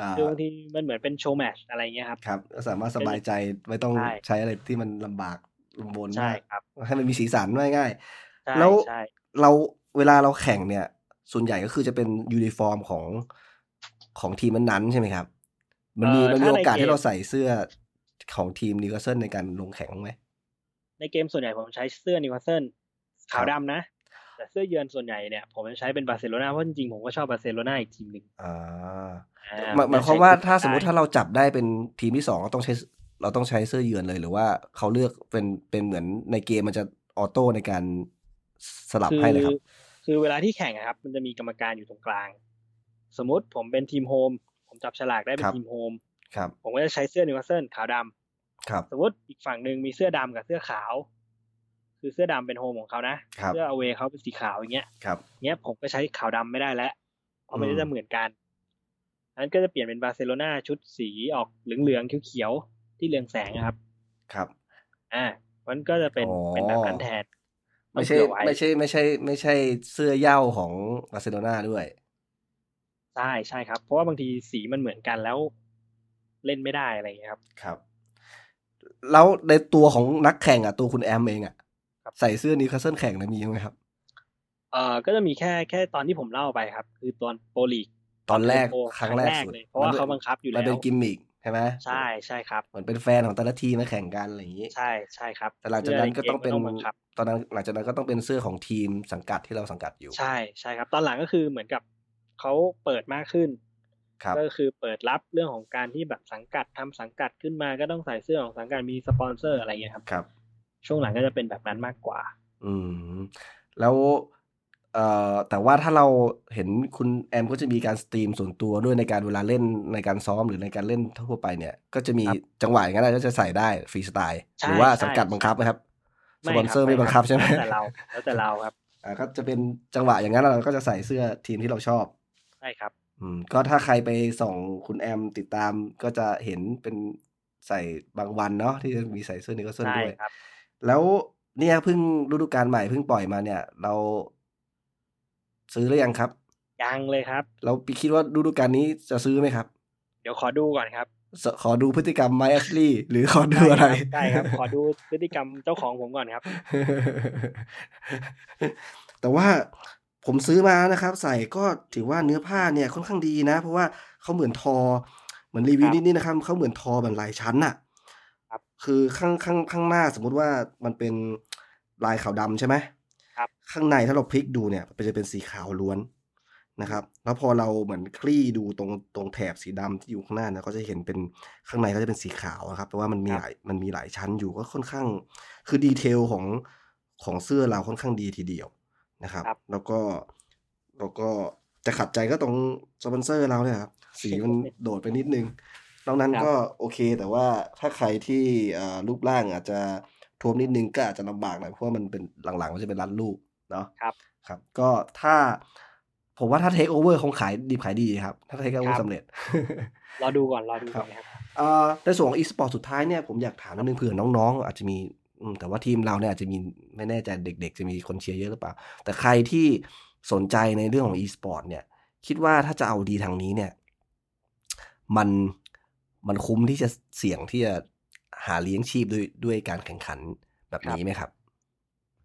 Speaker 1: อ่า
Speaker 2: ประมาณนั้นคือบางทีมันเหมือนเป็นโชว์แมตชอะไรเงี้ยครับ
Speaker 1: ครับก็สามารถสบายใจไม่ต้อง
Speaker 2: ใช่
Speaker 1: ใช้อะไรที่มันลำบาก ลุงบน
Speaker 2: ใช่ครับ
Speaker 1: ให้มันมีสีสันว่าง่าย
Speaker 2: ใช่
Speaker 1: แล้ว
Speaker 2: ใช่
Speaker 1: ๆเราเวลาเราแข่งเนี่ย ส่วนใหญ่ก็คือจะเป็นยูนิฟอร์มของของทีมนั้นๆใช่ไหมครับ มันมีมันมีโอกาสที่เราใส่เสื้อของทีมนิวคาสเซิลในการลงแข่งบ้างไหม
Speaker 2: ในเกมส่วนใหญ่ผมใช้เสื้อนิวคาสเซิลขาว
Speaker 1: ครั
Speaker 2: ดำ
Speaker 1: บ
Speaker 2: นะ แต่เสื้อเยือนส่วนใหญ่เนี่ยผมจะใช้เป็นบาร์เซโลนาเพราะจริงๆผมก็ชอบบาร์เซโลนาอีกทีมหนึ่ง
Speaker 1: อ่า
Speaker 2: อ่
Speaker 1: หมายหมายความว่าถ้าสมมติ
Speaker 2: ใช่
Speaker 1: ถ้าเราจับได้เป็นทีมที่สองเราต้องใช้เราต้องใช้เสื้อเยือนเลยหรือว่าเขาเลือกเป็นเป็นเหมือนในเกมมันจะออโต้ในการสลับให้เลยครับ
Speaker 2: คือเวลาที่แข่งอะครับ มันจะมีกรรมการอยู่ตรงกลาง สมมติผมเป็นทีมโฮม ผมจับฉลากได้เป็
Speaker 1: ครั
Speaker 2: น
Speaker 1: บ
Speaker 2: ทีมโฮม
Speaker 1: ครับ
Speaker 2: ผมก็จะใช้เสื้อนิวคาสเซิลขาวดำ
Speaker 1: ครับ
Speaker 2: สมมติอีกฝั่งหนึ่งมีเสื้อดำกับเสื้อขาว คือเสื้อดำเป็นโฮมของเขานะ
Speaker 1: ครับ
Speaker 2: เสื้ออเวเขาเป็นสีขาวอย่างเงี้ย
Speaker 1: ครับ
Speaker 2: เงี้ยผมก็ใช้ขาวดำไม่ได้แล้วเพราะมัน
Speaker 1: อืม
Speaker 2: จะเหมือนกันอันก็จะเปลี่ยนเป็นบาร์เซโลนาชุดสีออกเหลืองๆเขียวๆที่เรืองแสงอะครับ
Speaker 1: ครับ
Speaker 2: อ่า มันก็จะเป็น
Speaker 1: อ๋อ
Speaker 2: เป็นแบบนั้นแทน
Speaker 1: ไม่ใช่
Speaker 2: นเผื่อว้
Speaker 1: ไม่ใช่ไม่ใช่ไม่ใช่เสื้อเหย้าของบาร์เซโลนาด้วย
Speaker 2: ใช่ใช่ครับ เพราะว่าบางทีสีมันเหมือนกันแล้วเล่นไม่ได้อะไรอย่างเงี้ยครับ
Speaker 1: ครับ แล้วในตัวของนักแข่งอ่ะตัวคุณแอมเองอ่ะ
Speaker 2: ครับ
Speaker 1: ใส่เสื้อนิวคาสเซิลแข่งนะมีไหมครับ
Speaker 2: เอ่อก็จะมีแค่แค่ตอนที่ผมเล่าไปครับ คือตอนโปรลีก
Speaker 1: ตอนแรก
Speaker 2: โป
Speaker 1: ครั้งแรกสุด
Speaker 2: เลยเพราะว่าเขาบังคับอยู่
Speaker 1: มั
Speaker 2: แล้
Speaker 1: นเป็น
Speaker 2: ว
Speaker 1: กิมมิคใช่ไหม
Speaker 2: ใช่ใช่ครับ
Speaker 1: เหมือนเป็นแฟนของแต่ละทีมมาแข่งกันอะไรอย่างนี้
Speaker 2: ใช่ใช่ครับ
Speaker 1: แต่หลังจากนั้นก็ต้องเป็น
Speaker 2: สื้ใมก็บังคับ
Speaker 1: ตอนนั้นหลังจากนั้นก็ต้องเป็นเสื้อของทีมสังกัดที่เราสังกัดอยู่
Speaker 2: ใช่ใช่ครับ ตอนหลังก็คือเหมือนกับเขาเปิดมากขึ้น
Speaker 1: ครับ
Speaker 2: ก็คือเปิดรับเรื่องของการที่แบบสังกัดทำสังกัดขึ้นมาก็ต้องใส่เสื้อของสังกัดมีสปอนเซอร์อะไรอย่างเงี้ยครับ
Speaker 1: ครับ
Speaker 2: ช่วงหลังก็จะเป็นแบบนั้นมากกว่า
Speaker 1: อืม แล้วเอ่อแต่ว่าถ้าเราเห็นคุณแอมก็จะมีการสตรีมส่วนตัวด้วยในการเวลาเล่นในการซ้อมหรือในการเล่นทั่วไปเนี่ย ก็จะมีจังหวะอย่างนั้นอะไรก็จะใส่ได้ฟรีสไตล์
Speaker 2: ใช่
Speaker 1: หรือว่า
Speaker 2: ใช่
Speaker 1: สังกัดบังคับไหมครับส
Speaker 2: ไม่
Speaker 1: ปอนเซอร์ไม่
Speaker 2: ค
Speaker 1: บังคับใช่ไหม
Speaker 2: แล้วแต่เราแล้วแต่เราครับ
Speaker 1: อ่าก็จะเป็นจังหวะอย่างนั้นเราก็จะใส่เสื้อทีมที่เราชอบ
Speaker 2: ใช่ครับ
Speaker 1: อืมก็ถ้าใครไปส่องคุณแอมติดตามก็จะเห็นเป็นใส่บางวันเนาะที่จะมีใส่เสื้อนิวคาสเซิล
Speaker 2: ใช่
Speaker 1: ด้วย
Speaker 2: ครับ
Speaker 1: แล้วเนี่ยเพิ่งฤดูกาลใหม่เพิ่งปล่อยมาเนี่ย เรา ซื้อหรือยังครับ
Speaker 2: ยังเลยครับ
Speaker 1: เราไปคิดว่าฤดูกาลนี้จะซื้อไหมครับ
Speaker 2: เดี๋ยวขอดูก่อนครับ
Speaker 1: สขอดูพฤติกรรมไมแอชลี่หรือขอดูอะไร
Speaker 2: ได้ครับ ขอดูพฤติกรรมเจ้าของผมก่อนครับ
Speaker 1: *laughs* แต่ว่าผมซื้อมานะครับ ใส่ก็ถือว่าเนื้อผ้าเนี่ยค่อนข้างดีนะ เพราะว่าเขาเหมือนทอ เหมือนรีวิว
Speaker 2: ครับ
Speaker 1: นิดๆนะครับเขาเหมือนทอแบบลายชั้นน่ะ
Speaker 2: ครับ
Speaker 1: คือข้างข้างข้างหน้าสมมุติว่ามันเป็นลายขาวดำใช่ไหม
Speaker 2: ครับ
Speaker 1: ข้างในถ้าเราพลิกดูเนี่ยมันจะเป็นสีขาวล้วนนะครับ แล้วพอเราเหมือนคลี่ดูตรงตรงแถบสีดำที่อยู่ข้างหน้านะก็จะเห็นเป็นข้างในก็จะเป็นสีขาวอะครับเพราะว่ามันมี
Speaker 2: ครั
Speaker 1: ห
Speaker 2: บ
Speaker 1: ลายมันมีหลายชั้นอยู่ก็ค่อนข้าง คือดีเทลของของเสื้อเราค่อนข้างดีทีเดียวนะครับ
Speaker 2: ครับ
Speaker 1: แล้วก็แล้วก็จะขัดใจก็ตรงสปอนเซอร์เราเนี่ยครับสีมัน โดดไปนิดนึง นอกนั้น
Speaker 2: ครับ
Speaker 1: ก็โอเค แต่ว่าถ้าใครที่เอ่อรูปร่างอาจจะทวมนิดนึงก็อาจจะลำบากหน่อยเพราะว่ามันเป็นหลังๆมันจะเป็นรัดรูปเนาะ
Speaker 2: ครับ
Speaker 1: ครับ ก็ถ้าผมว่าถ้าเทคโอเวอร์คงขายดีขายดีครับ ถ้าเทคโอเวอ
Speaker 2: ครั
Speaker 1: ร์
Speaker 2: บ
Speaker 1: สำเร็จ
Speaker 2: รอดูก่อนรอดูก่อนครับ
Speaker 1: เอ่อในส่วนของอีสปอร์ตสุดท้ายเนี่ยผมอยากถามนิดนึงเผื่อน้องๆ อาจจะมีอืมแต่ว่าทีมเราเนี่ยอาจจะมีไม่แน่ใจเด็ก ๆ จะมีคนเชียร์เยอะหรือเปล่า แต่ใครที่สนใจในเรื่องของอีสปอร์ตเนี่ย คิดว่าถ้าจะเอาดีทางนี้เนี่ย มันมันคุ้มที่จะเสี่ยงที่จะหาเลี้ยงชีพด้วยด้วยการแข่งขันแบบนี้ไหมครับ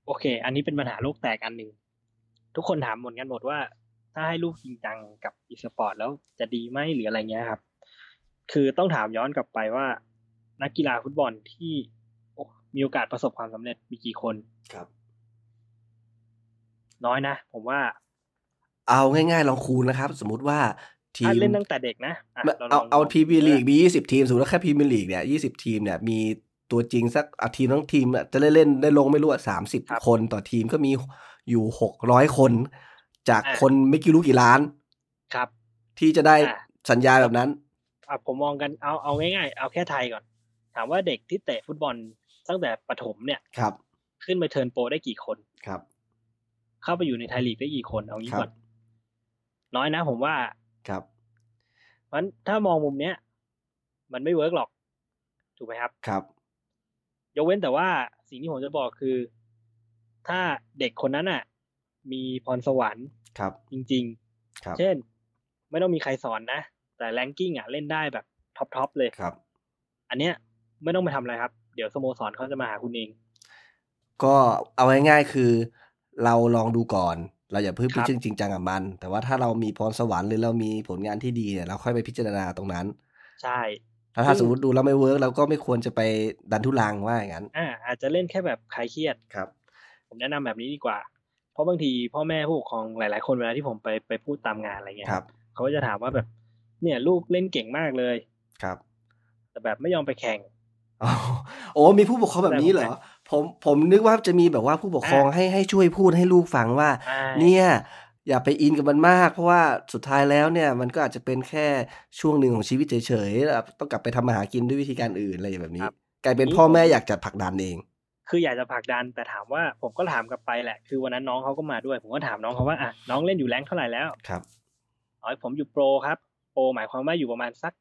Speaker 2: โอเค อันนี้เป็นปัญหาโลกแตกอันหนึ่ง ทุกคนถามหมดกันหมดว่า ถ้าให้ลูกจริงจังกับอีสปอร์ตแล้วจะดีไหมหรืออะไรเงี้ยครับ คือต้องถามย้อนกลับไปว่า นักกีฬาฟุตบอลที่โอ้มีโอกาสประสบความสำเร็จมีกี่คน
Speaker 1: ครับ
Speaker 2: น้อยนะ ผมว่า
Speaker 1: เอาง่ายๆลองคูณนะครับ สมมุติว่าที
Speaker 2: ถ้าม เล่นตั้งแต่เด็กนะะรล
Speaker 1: เอา
Speaker 2: ง
Speaker 1: เอา
Speaker 2: ลง
Speaker 1: พรีเมียร์ลีกมียี่สิบทีมสมมติว่าแค่พรีเมียร์ลีกเนี่ยยี่สิบทีมเนี่ยมีตัวจริงสักอาทีมทั้งทีมอะจะได้เล่นได้ลงไม่รู้สามสิบ
Speaker 2: ครับ
Speaker 1: คนต่อทีมก็มีอยู่หกร้อยคน จาก
Speaker 2: อ่า
Speaker 1: คนไม่กี่รู้กี่ล้าน
Speaker 2: ครับ
Speaker 1: ที่จะได้
Speaker 2: อ่า
Speaker 1: สัญญาแบบนั้น
Speaker 2: อ่ะผมมองกันเอาเอาง่ายๆ เอาแค่ไทยก่อน ถามว่าเด็กที่เตะฟุตบอลตั้งแต่ประถมเนี่ย
Speaker 1: ครับ
Speaker 2: ขึ้นไปเทิร์นโปรได้กี่คน
Speaker 1: ครับ
Speaker 2: เข้าไปอยู่ในไทยลีกได้กี่คนเอางี้
Speaker 1: ครับ
Speaker 2: ก่อนน้อยนะผมว่า
Speaker 1: ครับ
Speaker 2: เพราะฉะนันถ้ามองมุมเนี้ย มันไม่เวิร์กหรอก ถูกไหมครับ
Speaker 1: ครับ
Speaker 2: ยกเว้นแต่ว่าสิ่งที่ผมจะบอกคือ ถ้าเด็กคนนั้นอ่ะ มีพรสวรรค์
Speaker 1: ครับ
Speaker 2: จริง
Speaker 1: ครับ
Speaker 2: ๆ เช่น ไม่ต้องมีใครสอนนะ แต่แรงกิ้งอ่ะเล่นได้แบบท็อปๆเลย
Speaker 1: ครับ
Speaker 2: อันเนี้ยไม่ต้องไปทำอะไรครับ เดี๋ยวสโมสรเขาจะมาหาคุณเอง
Speaker 1: ก็เอาง่ายๆคือ เราลองดูก่อน เราอย่าเพิ่ง
Speaker 2: ค
Speaker 1: ไป
Speaker 2: รับ
Speaker 1: จริงจริงจังกับมัน แต่ว่าถ้าเรามีพรสวรรค์หรือเรามีผลงานที่ดีเนี่ยเราค่อยไปพิจารณาตรงนั้น
Speaker 2: ใช่
Speaker 1: ถ้า
Speaker 2: ซึ่
Speaker 1: ถ้าง สมมติดูแล้วไม่เวิร์กเราก็ไม่ควรจะไปดันทุลังว่าอย่างนั้น
Speaker 2: อ่าอาจจะเล่นแค่แบบคลายเครียด
Speaker 1: ครับ
Speaker 2: ผมแนะนำแบบนี้ดีกว่า เพราะบางทีพ่อแม่ผู้ปกครองหลาย ๆ คนเวลาที่ผมไปไปพูดตามงานอะไรเงี้ย
Speaker 1: ครับ
Speaker 2: เขาก็จะถามว่าแบบ เนี่ยลูกเล่นเก่งมากเลย
Speaker 1: ครับ
Speaker 2: แต่แบบไม่ยอมไปแข่ง
Speaker 1: อ๋อ *laughs* โอ้มีผู้ปกครองแบบนี้เหรอผมผมนึกว่าจะมีแบบว่าผู้ปกครองให้ให้ช่วยพูดให้ลูกฟังว่า
Speaker 2: ใช่
Speaker 1: เนี่ยอย่าไปอินกับมันมาก เพราะว่าสุดท้ายแล้วเนี่ยมันก็อาจจะเป็นแค่ช่วงหนึ่งของชีวิตเฉยๆแล้วต้องกลับไปทำมาหากินด้วยวิธีการอื่นอะไรอย่างแบบนี้
Speaker 2: ครับ
Speaker 1: กลายเป็น
Speaker 2: นี่
Speaker 1: พ่อแม่อยากจัดผลักดันเอง
Speaker 2: คืออยากจะผลักดันแต่ถามว่าผมก็ถามกลับไปแหละ คือวันนั้นน้องเขาก็มาด้วย ผมก็ถามน้องเขาว่าอ่ะน้องเล่นอยู่แรงค์เท่าไหร่แล้ว
Speaker 1: ครับ
Speaker 2: อ๋อผมอยู่โปรครับโปรหมายความว่าอยู่ประมาณสัก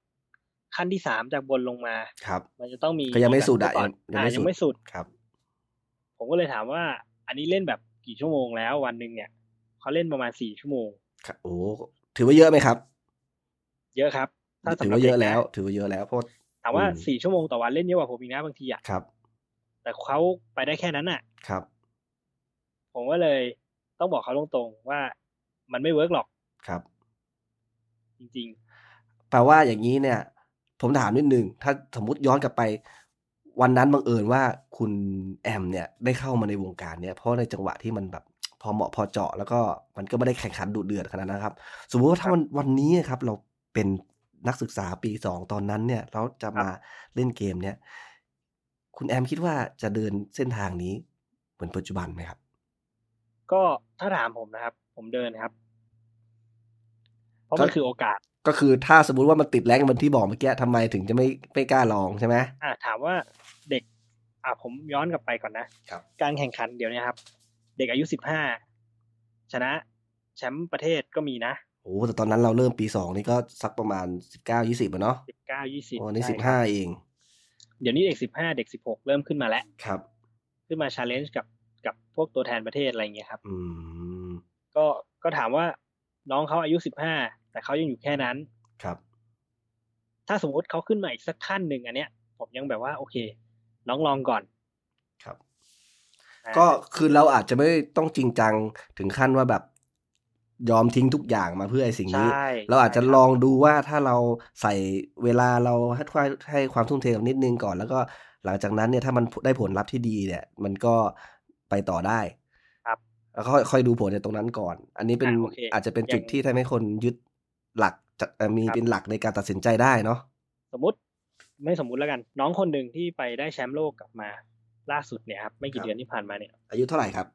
Speaker 2: ขั้นที่สามจากบนลงมา
Speaker 1: ครับ
Speaker 2: มันจะต้องมี
Speaker 1: ก็ยังไม่สุดอะ
Speaker 2: แบบ
Speaker 1: ยัง
Speaker 2: อ่ะ
Speaker 1: ยังไม่สุด
Speaker 2: ยังไม่สุด
Speaker 1: ครับ
Speaker 2: ผมก็เลยถามว่า อันนี้เล่นแบบกี่ชั่วโมงแล้ววันหนึ่งเนี่ยเขาเล่นประมาณสี่ชั่วโมง
Speaker 1: ครับโอ้ถือว่าเยอะไหมครับ
Speaker 2: เยอะครับถ้า
Speaker 1: ถื
Speaker 2: สำ
Speaker 1: อ
Speaker 2: หรับ
Speaker 1: ว่าเยอะ
Speaker 2: ด็กน
Speaker 1: แล้ว ถือว่าเยอะแล้วเพราะ
Speaker 2: ถามว่า
Speaker 1: อืม
Speaker 2: สี่ชั่วโมงต่อวันเล่นเยอะกว่าผมอีกนะบางทีอะ
Speaker 1: ครับ
Speaker 2: แต่เขาไปได้แค่นั้นอ่ะ
Speaker 1: ครับ
Speaker 2: ผมก็เลยต้องบอกเขาตรงๆว่ามันไม่เวิร์กหรอก
Speaker 1: ครับ
Speaker 2: จริง
Speaker 1: แปลว่าอย่างนี้เนี่ย ผมถามนิดนึงถ้าสมมติย้อนกลับไป วันนั้นบังเอิญว่าคุณแอมเนี่ยได้เข้ามาในวงการเนี่ยเพราะในจังหวะที่มันแบบพอเหมาะพอเจาะ แล้วก็มันก็ไม่ได้แข่งขันดุเดือดขนาดนั้นนะครับ สมมุติว่าถ้าวันวันนี้ครับ เราเป็นนักศึกษาปีสองตอนนั้นเนี่ย เราจะมาเล่นเกมเนี่ย คุณแอมคิดว่าจะเดินเส้นทางนี้เหมือนปัจจุบันไหมครับ
Speaker 2: ๆ ก็ถ้าถามผมนะครับ ผมเดินครับ เพราะ
Speaker 1: ก็
Speaker 2: มันคือโอกาส
Speaker 1: ก็คือถ้าสมมติว่ามันติดแรงมันที่บอกเมื่อกี้ทำไมถึงจะไม่ไม่กล้าลองใช่ไหม
Speaker 2: อ่ะถามว่าเด็ก อ่ะผมย้อนกลับไปก่อนนะครับ การแข่งขันเดี๋ยวนี้ครับ เด็กอายุสิบห้าชนะแชมป์ประเทศก็มีนะ
Speaker 1: โอ้แต่ตอนนั้นเราเริ่มปีสองนี่ก็สักประมาณสิบเก้ายี่สิบเนาะ
Speaker 2: สิบเก้ายี่สิบ
Speaker 1: โอ้นี่สิบห้าเอง
Speaker 2: เดี๋ยวนี้เด็กสิบห้าเด็กสิบหกเริ่มขึ้นมาแล้ว
Speaker 1: ครับ
Speaker 2: ขึ้นมาชาเลนจ์กับกับพวกตัวแทนประเทศอะไรอย่างเงี้ยครับ
Speaker 1: อืม
Speaker 2: ก็ก็ถามว่าน้องเขาอายุสิบห้าแต่เขายังอยู่แค่นั้น
Speaker 1: ครับ
Speaker 2: ถ้าสมมติเขาขึ้นมาอีกสักขั้นหนึ่งอันเนี้ย ผมยังแบบว่าโอเค น้องลองก่อน
Speaker 1: ครับ
Speaker 2: อ่า
Speaker 1: ก็คือเราอาจจะไม่ต้องจริงจังถึงขั้นว่าแบบยอมทิ้งทุกอย่างมาเพื่อไอ้สิ่งนี้
Speaker 2: ใช่
Speaker 1: เราอาจจะ
Speaker 2: ใช่คบ
Speaker 1: ลองดูว่าถ้าเราใส่เวลาเราให้ความให้ความทุ่มเทกับนิดนึงก่อน แล้วก็หลังจากนั้นเนี่ยถ้ามันได้ผลลัพธ์ที่ดีเนี่ย มันก็ไปต่อได้แล้วค่อยค่อยดูผลในตรงนั้นก่อน อันนี้เป็น
Speaker 2: อ่ะโอเค
Speaker 1: อาจจะเป็นจุด
Speaker 2: อย่าง
Speaker 1: ที่ทำให้คนยึดหลักจัดเอ่อมีเป็นหลักในการตัดสินใจได้เนาะ
Speaker 2: สมมติ ไม่สมมติแล้วกัน น้องคนหนึ่งที่ไปได้แชมป์โลกกลับมา ล่าสุดเนี่ยครับไม่กี่เดือนที่ผ่านมาเนี่ย
Speaker 1: อายุเท่าไหร่ครับ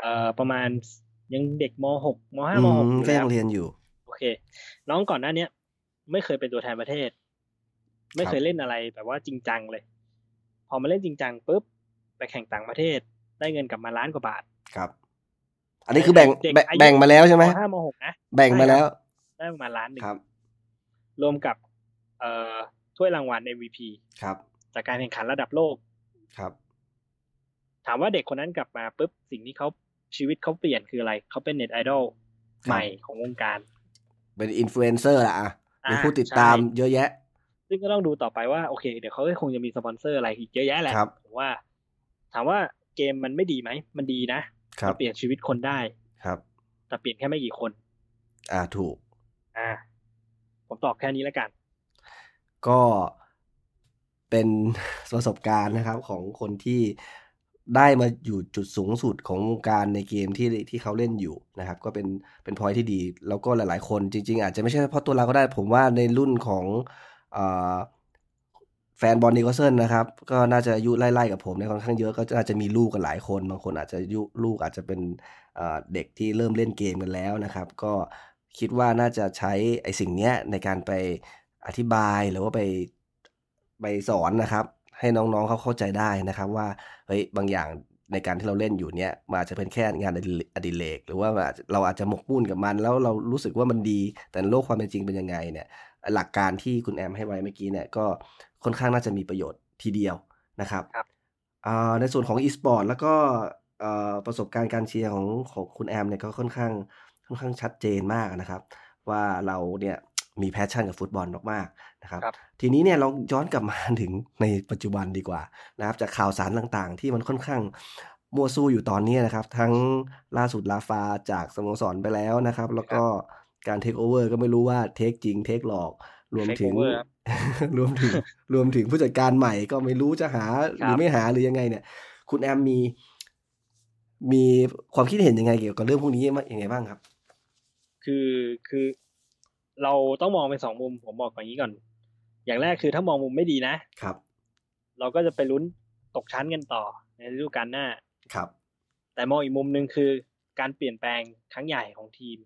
Speaker 2: เอ่อประมาณยังเด็กมหกมห้าม
Speaker 1: อื
Speaker 2: หก
Speaker 1: ม
Speaker 2: อยู่
Speaker 1: ก็
Speaker 2: แล้ว
Speaker 1: ยังเรียนอยู่
Speaker 2: โอเค น้องก่อนหน้าเนี้ย ไม่เคยเป็นตัวแทนประเทศ ไม่เคยเล่นอะไรแบบว่าจริงจังเลย พอมาเล่นจริงจังปุ๊บไปแข่งต่างประเทศ ได้เงินกลับมาล้านกว่าบาท
Speaker 1: ครับ อันนี้คือแบ่ง
Speaker 2: เด็ก
Speaker 1: แบ่ง
Speaker 2: อายุ
Speaker 1: แบ่งมาแล้วใช่ไห
Speaker 2: ม
Speaker 1: ม
Speaker 2: ห้ามหกนะ
Speaker 1: แบ่งมาแล้ว
Speaker 2: ได้ประมาณล้านหนึ่ง
Speaker 1: ครับ
Speaker 2: รวมกับเอ่อถ้วยรางวัล MVP
Speaker 1: ครับ
Speaker 2: จากการแข่งขันระดับโลก
Speaker 1: ครับ
Speaker 2: ถามว่าเด็กคนนั้นกลับมาปุ๊บสิ่งที่เขาชีวิตเขาเปลี่ยนคืออะไร เขาเป็นเน็ตไอดอล
Speaker 1: ครับ
Speaker 2: ใหม่ของวงการ
Speaker 1: เป็นอินฟลูเอนเซอร์ละอ่ะมี
Speaker 2: อ่า
Speaker 1: ผู้ติดตาม
Speaker 2: ใช่
Speaker 1: เยอะแยะ
Speaker 2: ซึ่งก็ต้องดูต่อไปว่า โอเค เดี๋ยวเขาก็คงจะมีสปอนเซอร์อะไรอีกเยอะแยะแหละ
Speaker 1: ครับ
Speaker 2: ผมว่า ถามว่าเกมมันไม่ดีไหม มันดีนะครับมันเปลี่ยนชีวิตคนได้
Speaker 1: ครับ
Speaker 2: แต่เปลี่ยนแค่ไม่กี่คน
Speaker 1: อ่าถูก
Speaker 2: อ่า ผมตอบแค่นี้แล้วกัน
Speaker 1: ก็เป็น *laughs* ประสบการณ์นะครับของคนที่ได้มาอยู่จุดสูงสุดของวงการในเกมที่ที่เขาเล่นอยู่นะครับ ก็เป็นเป็นพอยที่ดี แล้วก็หลาย ๆ คนจริง ๆ อาจจะไม่ใช่เฉพาะตัวเราก็ได้ ผมว่าในรุ่นของเอ่อแฟนบอลนิโคลเซนนะครับ ก็น่าจะอายุไล่ๆกับผมเนี่ยค่อนข้างเยอะก็อาจจะมีลูกกันหลายคนบางคนอาจจะอายุลูกอาจจะเป็น เอ่อเด็กที่เริ่มเล่นเกมกันแล้วนะครับ ก็คิดว่าน่าจะใช้ไอ้สิ่งเนี้ยในการไปอธิบายหรือว่าไปไปสอนนะครับ ให้น้องๆเขาเข้าใจได้นะครับ ว่าเฮ้ยบางอย่างในการที่เราเล่นอยู่เนี้ยมันอาจจะเป็นแค่งานอดิเรกอดิเรกหรือว่ามันอาจจะเราอาจจะหมกมุ่นกับมัน แล้วเรารู้สึกว่ามันดี แต่โลกความเป็นจริงเป็นยังไงเนี่ย หลักการที่คุณแอมให้ไว้เมื่อกี้เนี่ยก็ค่อนข้างน่าจะมีประโยชน์ทีเดียวนะครับ
Speaker 2: ครับ
Speaker 1: เอ่อในส่วนของ e-sport แล้วก็เอ่อประสบการณ์การเชียร์ของของคุณแอมเนี่ยก็ค่อนข้างค่อนข้างชัดเจนมากนะครับ ว่าเราเนี่ยมีแพชชั่นกับฟุตบอลมากๆนะครับ
Speaker 2: ครับ
Speaker 1: ทีนี้เนี่ยล *laughs* องย้อนกลับมา ถึงในปัจจุบันดีกว่านะครับจากข่าวสารต่างๆ ที่มันค่อนข้าง มัวสู้อยู่ตอนนี้นะครับ ทั้งล่าสุดลาฟาจากสโมสรไปแล้วนะครับ แล้วก็การเทคโอเวอร์ก็ไม่รู้ว่าเทคจริงเทคหลอก รวมถึง
Speaker 2: Takeover ครับ
Speaker 1: *laughs* รวม
Speaker 2: *laughs*
Speaker 1: ถึงรวมถึงผู้จัดการใหม่ก็ไม่รู้จะหาห
Speaker 2: ครับ
Speaker 1: รือไม่หาหรือยังไงเนี่ย คุณแอมมี มีความคิดเห็นยังไงเกี่ยวกับเรื่องพวกนี้มั้ยยังไงบ้างครับ
Speaker 2: คือคือเราต้องมองเป็นสองมุมผมบอกอย่างนี้ก่อน อย่างแรกคือถ้ามองมุมไม่ดีนะ
Speaker 1: ครับ
Speaker 2: เราก็จะไปลุ้นตกชั้นกันต่อในฤดูกาลหน้า
Speaker 1: ครับ
Speaker 2: แต่มองอีกมุมหนึ่งคือการเปลี่ยนแปลงครั้งใหญ่ของทีม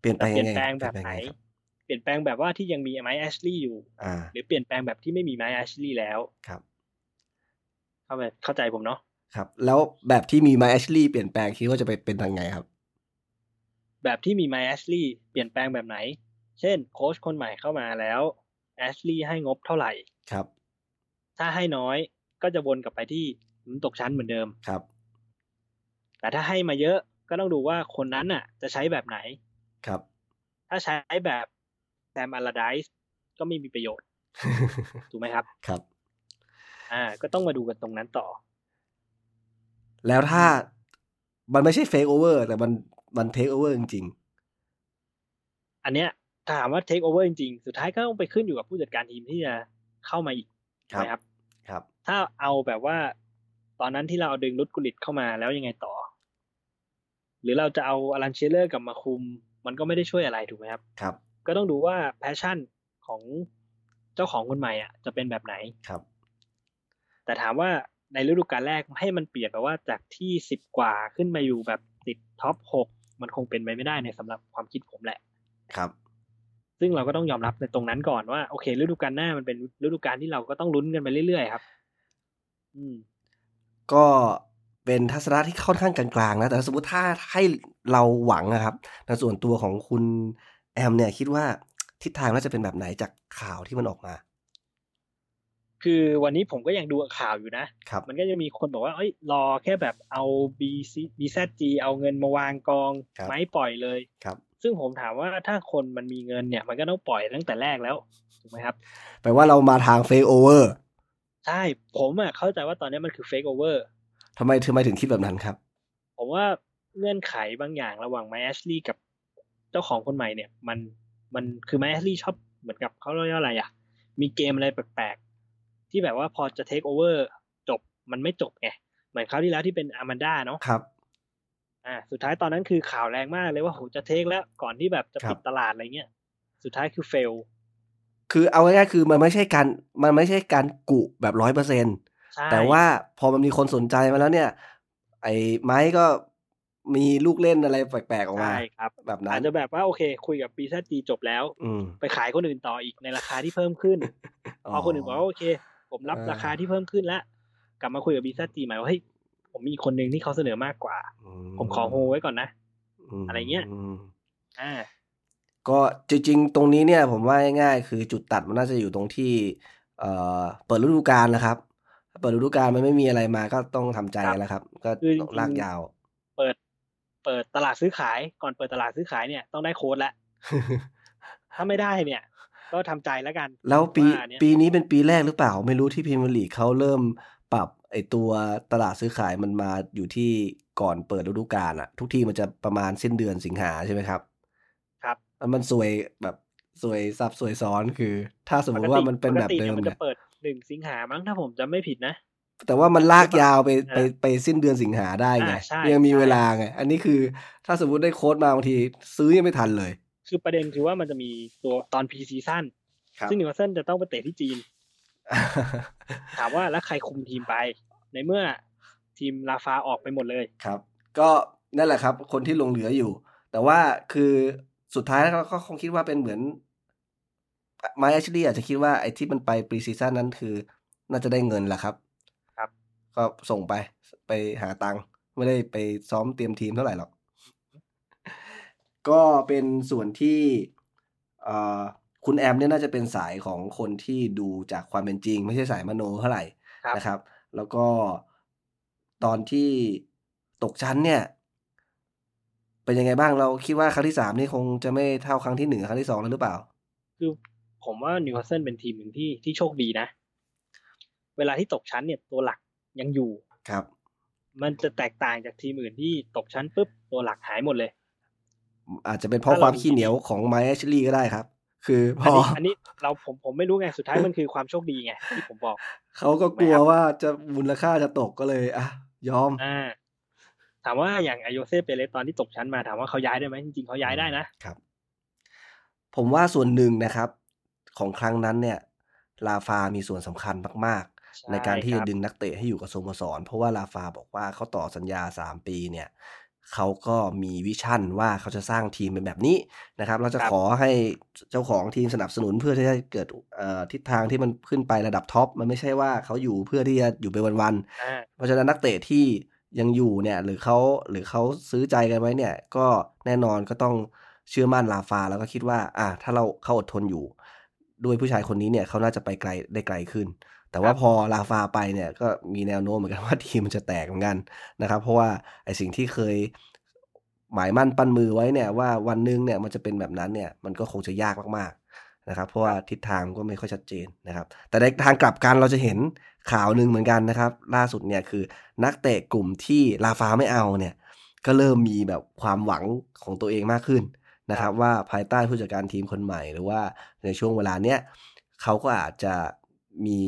Speaker 1: เปลี่ยนแปลง
Speaker 2: เปลี่
Speaker 1: ยัง
Speaker 2: ยน
Speaker 1: ไง
Speaker 2: แปลง
Speaker 1: ค
Speaker 2: แบ
Speaker 1: รัเป
Speaker 2: บ
Speaker 1: ลี่ยน
Speaker 2: ไหน
Speaker 1: แปลงยังไงครับ
Speaker 2: เปลี่ยนแปลงแบบว่าที่ยังมีไมค์แอชลีย์อยู่
Speaker 1: อ่า
Speaker 2: หรือเปลี่ยนแปลงแบบที่ไม่มีไมค์แอชลีย์แล้ว
Speaker 1: ครับ
Speaker 2: เข้าใจเข้าใจผมเนาะ
Speaker 1: ครับ แล้วแบบที่มีมาแอชลีเปลี่ยนแปลงคิดว่าจะไปเป็นทางไงครับ
Speaker 2: แบบที่มีไมค์แอชลีย์เปลี่ยนแปลงแบบไหน เช่น โค้ชคนใหม่เข้ามาแล้วแอชลีย์ให้งบเท่าไหร่
Speaker 1: ครับ
Speaker 2: ถ้าให้น้อยก็จะวนกลับไปที่ตกชั้นเหมือนเดิม
Speaker 1: ครับ
Speaker 2: แต่ถ้าให้มาเยอะก็ต้องดูว่าคนนั้นน่ะ จะใช้แบบไหน
Speaker 1: ครับ *laughs*
Speaker 2: ถ้าใช้แบบแซมอาราไดส์ก็ไม่มีประโยชน์ ถูกไหมครับ
Speaker 1: ครับ
Speaker 2: อ่า ก็ต้องมาดูกันตรงนั้นต่อ
Speaker 1: แล้วถ้ามันไม่ใช่เฟกโอเวอร์แต่มันมันเทคโอเวอร์จริง
Speaker 2: อันเนี้ยถ้าถามว่าเทคโอเวอร์จริงๆ สุดท้ายก็ต้องไปขึ้นอยู่กับผู้จัดการทีมที่จะเข้ามาอีก
Speaker 1: ๆ
Speaker 2: ถูกไหมครับ
Speaker 1: ครับ
Speaker 2: ถ้าเอาแบบว่า ตอนนั้นที่เราเอาดึงรุดกุลิตเข้ามาแล้วยังไงต่อ หรือเราจะเอาอลันเชลเลอร์กลับมาคุม มันก็ไม่ได้ช่วยอะไรถูกไหมครับ
Speaker 1: ครับ
Speaker 2: ก็ต้องดูว่าแพชชั่นของเจ้าของคนใหม่อ่ะจะเป็นแบบไหน
Speaker 1: ครับ
Speaker 2: แต่ถามว่าในฤดูกาลแรกให้มันเปลี่ยนแบบว่าจากที่สิบกว่าขึ้นมาอยู่แบบติดท็อปหกมันคงเป็นไปไม่ได้ในสำหรับความคิดผมแหละ
Speaker 1: ครับ
Speaker 2: ซึ่งเราก็ต้องยอมรับในตรงนั้นก่อนว่าโอเคฤดูกาลหน้ามันเป็นฤดูกาลที่เราก็ต้องลุ้นกันไปเรื่อยๆครับ อืม
Speaker 1: ก็เป็นทัศนะที่ค่อนข้างกลางๆนะ แต่สมมติถ้าให้เราหวังนะครับในส่วนตัวของคุณแอมเนี่ยคิดว่าทิศทางน่าจะเป็นแบบไหนจากข่าวที่มันออกมา
Speaker 2: คือวันนี้ผมก็ยังดูข่าวอยู่นะ
Speaker 1: ครับ
Speaker 2: มันก็จะมีคนบอกว่าเอ้ยรอแค่แบบเอา B C B Z G เอาเงินมาวางกอง
Speaker 1: ครับ
Speaker 2: ไม่ปล่อยเลย
Speaker 1: ครับ
Speaker 2: ซึ่งผมถามว่าถ้าคนมันมีเงินเนี่ย มันก็ต้องปล่อยตั้งแต่แรกแล้วถูกไหมครับ
Speaker 1: แปลว่าเรามาทางเฟกโอเวอร์
Speaker 2: ใช่ผมอะเข้าใจว่าตอนนี้มันคือเฟกโอเวอร์
Speaker 1: ทำไมทำไมถึงคิดแบบนั้นครับ
Speaker 2: ผมว่าเงื่อนไขบางอย่างระหว่างไมแอชลีกับเจ้าของคนใหม่เนี่ย มันมันคือไมแอชลีชอบเหมือนกับเขาเรียกว่าอะไรอะมีเกมอะไรแปลกๆ ที่แบบว่าพอจะเทคโอเวอร์จบมันไม่จบไงเหมือนคราวที่แล้วที่เป็นอามันด้าเนาะ
Speaker 1: ครับ
Speaker 2: อ่าสุดท้ายตอนนั้นคือข่าวแรงมากเลยว่าโหจะเทคแล้วก่อนที่แบบจะปิ
Speaker 1: ค
Speaker 2: ด
Speaker 1: รับ
Speaker 2: ตลาดอะไรเงี้ยสุดท้ายคือเฟล
Speaker 1: คือเอาง่ายๆคือมันไม่ใช่การมันไม่ใช่การกุแบบร้อยเปอร์เซ็น
Speaker 2: ใช่
Speaker 1: แต่ว่าพอมันมีคนสนใจมาแล้วเนี่ย ไอ้ไม้ก็มีลูกเล่นอะไรแปลกๆออกมา
Speaker 2: ใช่ครับ
Speaker 1: แบบนั้
Speaker 2: อาจ
Speaker 1: น
Speaker 2: จะแบบว่าโอเค คุยกับปีซจีจบแล้ว
Speaker 1: อืม
Speaker 2: ไปขายคนอื่นต่ออีกในราคาที่เพิ่มขึ้น พอคนอื่นบอกว่าโอเค ผมรับ
Speaker 1: เออ
Speaker 2: ราคาที่เพิ่มขึ้นแล้ว กลับมาคุยกับบีซจีใหม่ว่าเฮ้ยผมมีคนหนึ่งที่เขาเสนอมากกว่า ผมขอโฮไว้ก่อนนะ
Speaker 1: ม
Speaker 2: อะไรเงี้ย
Speaker 1: ม
Speaker 2: อ่า
Speaker 1: ก็จริงๆ ตรงนี้เนี่ยผมว่าง่ายๆคือจุดตัดมันน่าจะอยู่ตรงที่เอ่อเปิดฤดูกาลนะครับถ้าเปิดฤดูกาลมันไม่มีอะไรมาก็ต้องทำใจ
Speaker 2: ครับ
Speaker 1: แล้วครับ ก็
Speaker 2: คือจริงๆ
Speaker 1: ลากยาว
Speaker 2: เปิด เปิดตลาดซื้อขายก่อนเปิดตลาดซื้อขายเนี่ยต้องได้โค้ดละถ้าไม่ได้เนี่ย ก็ทำใจแล้วกัน
Speaker 1: แล้วปี
Speaker 2: ผมว่าอันเนี้ย
Speaker 1: ปีนี้เป็นปีแรกหรือเปล่า ไม่รู้ที่พรีเมียร์ลีกเขาเริ่มปรับไอตัวตลาดซื้อขายมันมาอยู่ที่ก่อนเปิดฤดูกาลอะทุกทีมันจะประมาณสิ้นเดือนสิงหาใช่ไหมครับ
Speaker 2: ครับ
Speaker 1: มันมันสวยแบบสวยซับสวยซ้อนคือ ถ้าสมมติว่ามันเป็นแบบ
Speaker 2: ปกติ
Speaker 1: เดิ
Speaker 2: ย
Speaker 1: ม
Speaker 2: มัน
Speaker 1: เนี่
Speaker 2: จะ
Speaker 1: ย
Speaker 2: เปิดหนึ่งสิงหามั้งถ้าผมจำไม่ผิดนะ
Speaker 1: แต่ว่ามันลากยาวไป
Speaker 2: เออ
Speaker 1: ไปไปสิ้นเดือนสิงหาได้ไง
Speaker 2: อ่าใช่
Speaker 1: ยังมี
Speaker 2: ใช่
Speaker 1: เวลาไง อันนี้คือถ้าสมมติได้โค้ดมาบางทีซื้อยังไม่ทันเลย
Speaker 2: คือประเด็นคือว่ามันจะมีตัวตอนพีซีซั่น
Speaker 1: ครับ
Speaker 2: ซึ่งนิวคาสเซิลจะต้องไปเตะที่จีน ถามว่าแล้วใครคุมทีมไป ในเมื่อทีมลาฟาออกไปหมดเลย
Speaker 1: ครับ ก็นั่นแหละครับ คนที่หลงเหลืออยู่ แต่ว่าคือสุดท้ายแล้วก็คงคิดว่าเป็นเหมือนไมค์แอชลีอาจจะคิดว่าไอ้ที่มันไปปรีซีซั่นนั้นคือ น่าจะได้เงินแหละครับ
Speaker 2: ครับ
Speaker 1: ก็ส่งไปไปหาตังค์ไม่ได้ไปซ้อมเตรียมทีมเท่าไหร่
Speaker 2: *laughs*
Speaker 1: หรอก ก็เป็นส่วนที่เอ่อคุณแอมเนี่ยน่าจะเป็นสายของคนที่ดูจากความเป็นจริง ไม่ใช่สายมโนเท่าไหร่
Speaker 2: ครับ
Speaker 1: นะครับ แล้วก็ตอนที่ตกชั้นเนี่ย เป็นยังไงบ้างเราคิดว่าครั้งที่สามนี่คงจะไม่เท่าครั้งที่หนึ่งกับครั้งที่สองแล้วหรือเปล่า
Speaker 2: คือผมว่านิวคาสเซิลเป็นทีมหนึ่งที่ที่โชคดีนะ เวลาที่ตกชั้นเนี่ยตัวหลักยังอยู่
Speaker 1: ครับ
Speaker 2: มันจะแตกต่างจากทีมอื่นที่ตกชั้นปุ๊บตัวหลักหายหมดเลย
Speaker 1: อาจจะเป็นเพราะความขี้เหนียวของไม a อชลีก็ได้ครับ คือพ
Speaker 2: อัน
Speaker 1: อ
Speaker 2: นี้อันนี้เราผมผมไม่รู้ไงสุดท้ายมันคือความโชคดีไงที่ผมบอก
Speaker 1: เขาก็กลัวว่าจะมูลค่าจะตกก็เลย อ่ะ ยอม
Speaker 2: อ่า ถามว่าอย่างไอโยเซ่เปเลตอนที่ตกชั้นมาถามว่าเขาย้ายได้ไหมจริงๆเขาย้ายได้นะครับ
Speaker 1: ผมว่าส่วนหนึ่งนะครับ ของครั้งนั้นเนี่ย ลาฟามีส่วนสำคัญมาก ๆ ในการที่จะ
Speaker 2: ช่คบ
Speaker 1: ดึงนักเตะให้อยู่กับสโมสร เพราะว่าลาฟาบอกว่าเขาต่อสัญญา 3 ปีเนี่ยเขาก็มีวิชั่นว่าเขาจะสร้างทีมเป็นแบบนี้นะครับเราจะขอให้เจ้าของทีมสนับสนุนเพื่อที่จะเกิดเอ่อทิศทางที่มันขึ้นไประดับท็อปมันไม่ใช่ว่าเขาอยู่เพื่อที่จะอยู่ไปวัน
Speaker 2: อ่า
Speaker 1: ๆเพราะฉะนั้นนักเตะที่ยังอยู่เนี่ยหรือเขาหรือเขาซื้อใจกันไว้เนี่ยก็แน่นอนก็ต้องเชื่อมั่นลาฟาแล้วก็คิดว่าอ่ะถ้าเราเขาอดทนอยู่ ด้วยผู้ชายคนนี้เนี่ยเขาน่าจะไปไกลได้ไกลขึ้น แต่ว่าพอลาฟาไปเนี่ยก็มีแนวโน้มเหมือนกัน *laughs* ว่า ทีมมันจะแตกเหมือนกันนะครับ เพราะว่าไอสิ่งที่เคยหมายมั่นปั้นมือไว้เนี่ยว่าวันหนึงเนี่ยมันจะเป็นแบบนั้นเนี่ยมันก็คงจะยากมากๆนะครับ เพราะว่าทิศทางก็ไม่ค่อยชัดเจนนะครับ แต่ในทางกลับกันเราจะเห็นข่าวหนึ่งเหมือนกันนะครับ ล่าสุดเนี่ยคือนักเตะกลุ่มที่ลาฟาไม่เอาเนี่ย ก็เริ่มมีแบบความหวังของตัวเองมากขึ้นนะครับว่าภายใต้ผู้จัดการทีมคนใหม่หรือว่าในช่วงเวลาเนี้ยเขาก็อาจจะมี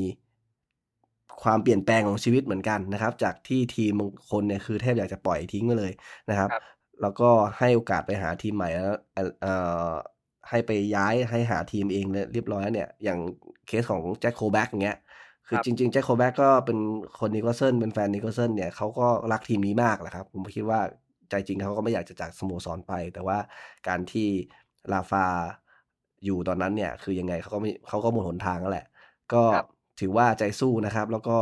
Speaker 1: ความเปลี่ยนแปลงของชีวิตเหมือนกันนะครับ จากที่ทีมบางคนเนี่ยคือแทบอยากจะปล่อยทิ้งไปเลยนะครับ แล้วก็ให้โอกาสไปหาทีมใหม่แล้วเอ่อให้ไปย้ายให้หาทีมเองเลยเรียบร้อยแล้วเนี่ยอย่างเคสของแจ็คโคแบ็กอย่างเงี้ย คือจริงๆแจ็คโคแบ็กก็เป็นคนนิโคลเซนเป็นแฟนนิโคลเซนเนี่ยเขาก็รักทีมนี้มากแหละครับ ผมคิดว่าใจจริงเขาก็ไม่อยากจะจากสโมสรไป แต่ว่าการที่ลาฟาอยู่ตอนนั้นเนี่ย คือยังไงเขาก็ไม่เขาก็หมดหนทางแล้วแหละ ก็ถือว่าใจสู้นะครับ แล้วก็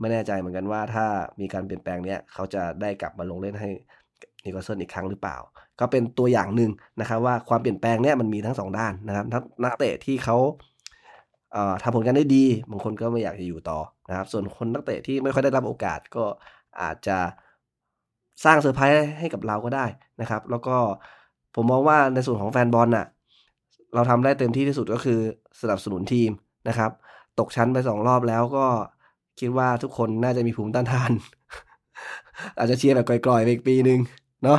Speaker 1: ไม่แน่ใจเหมือนกันว่าถ้ามีการเปลี่ยนแปลงเนี่ยเขาจะได้กลับมาลงเล่นให้นิโคลเซนอีกครั้งหรือเปล่า ก็เป็นตัวอย่างหนึ่งนะครับว่าความเปลี่ยนแปลงเนี่ยมันมีทั้งสองด้านนะครับทั้งนักเตะที่เขาเอ่อทำผลงานได้ดีบางคนก็ไม่อยากจะอยู่ต่อนะครับ ส่วนคนนักเตะที่ไม่ค่อยได้รับโอกาสก็อาจจะสร้างเซอร์ไพรส์ให้กับเราก็ได้นะครับ แล้วก็ผมมองว่าในส่วนของแฟนบอลน่ะเราทำได้เต็มที่ที่สุดก็คือสนับสนุนทีมนะครับ ตกชั้นไปสองรอบแล้วก็คิดว่าทุกคนน่าจะมีภูมิต้านทาน *laughs* อาจจะเชียร์แบบกล่อยๆไปอีกปีหนึ่งเนาะ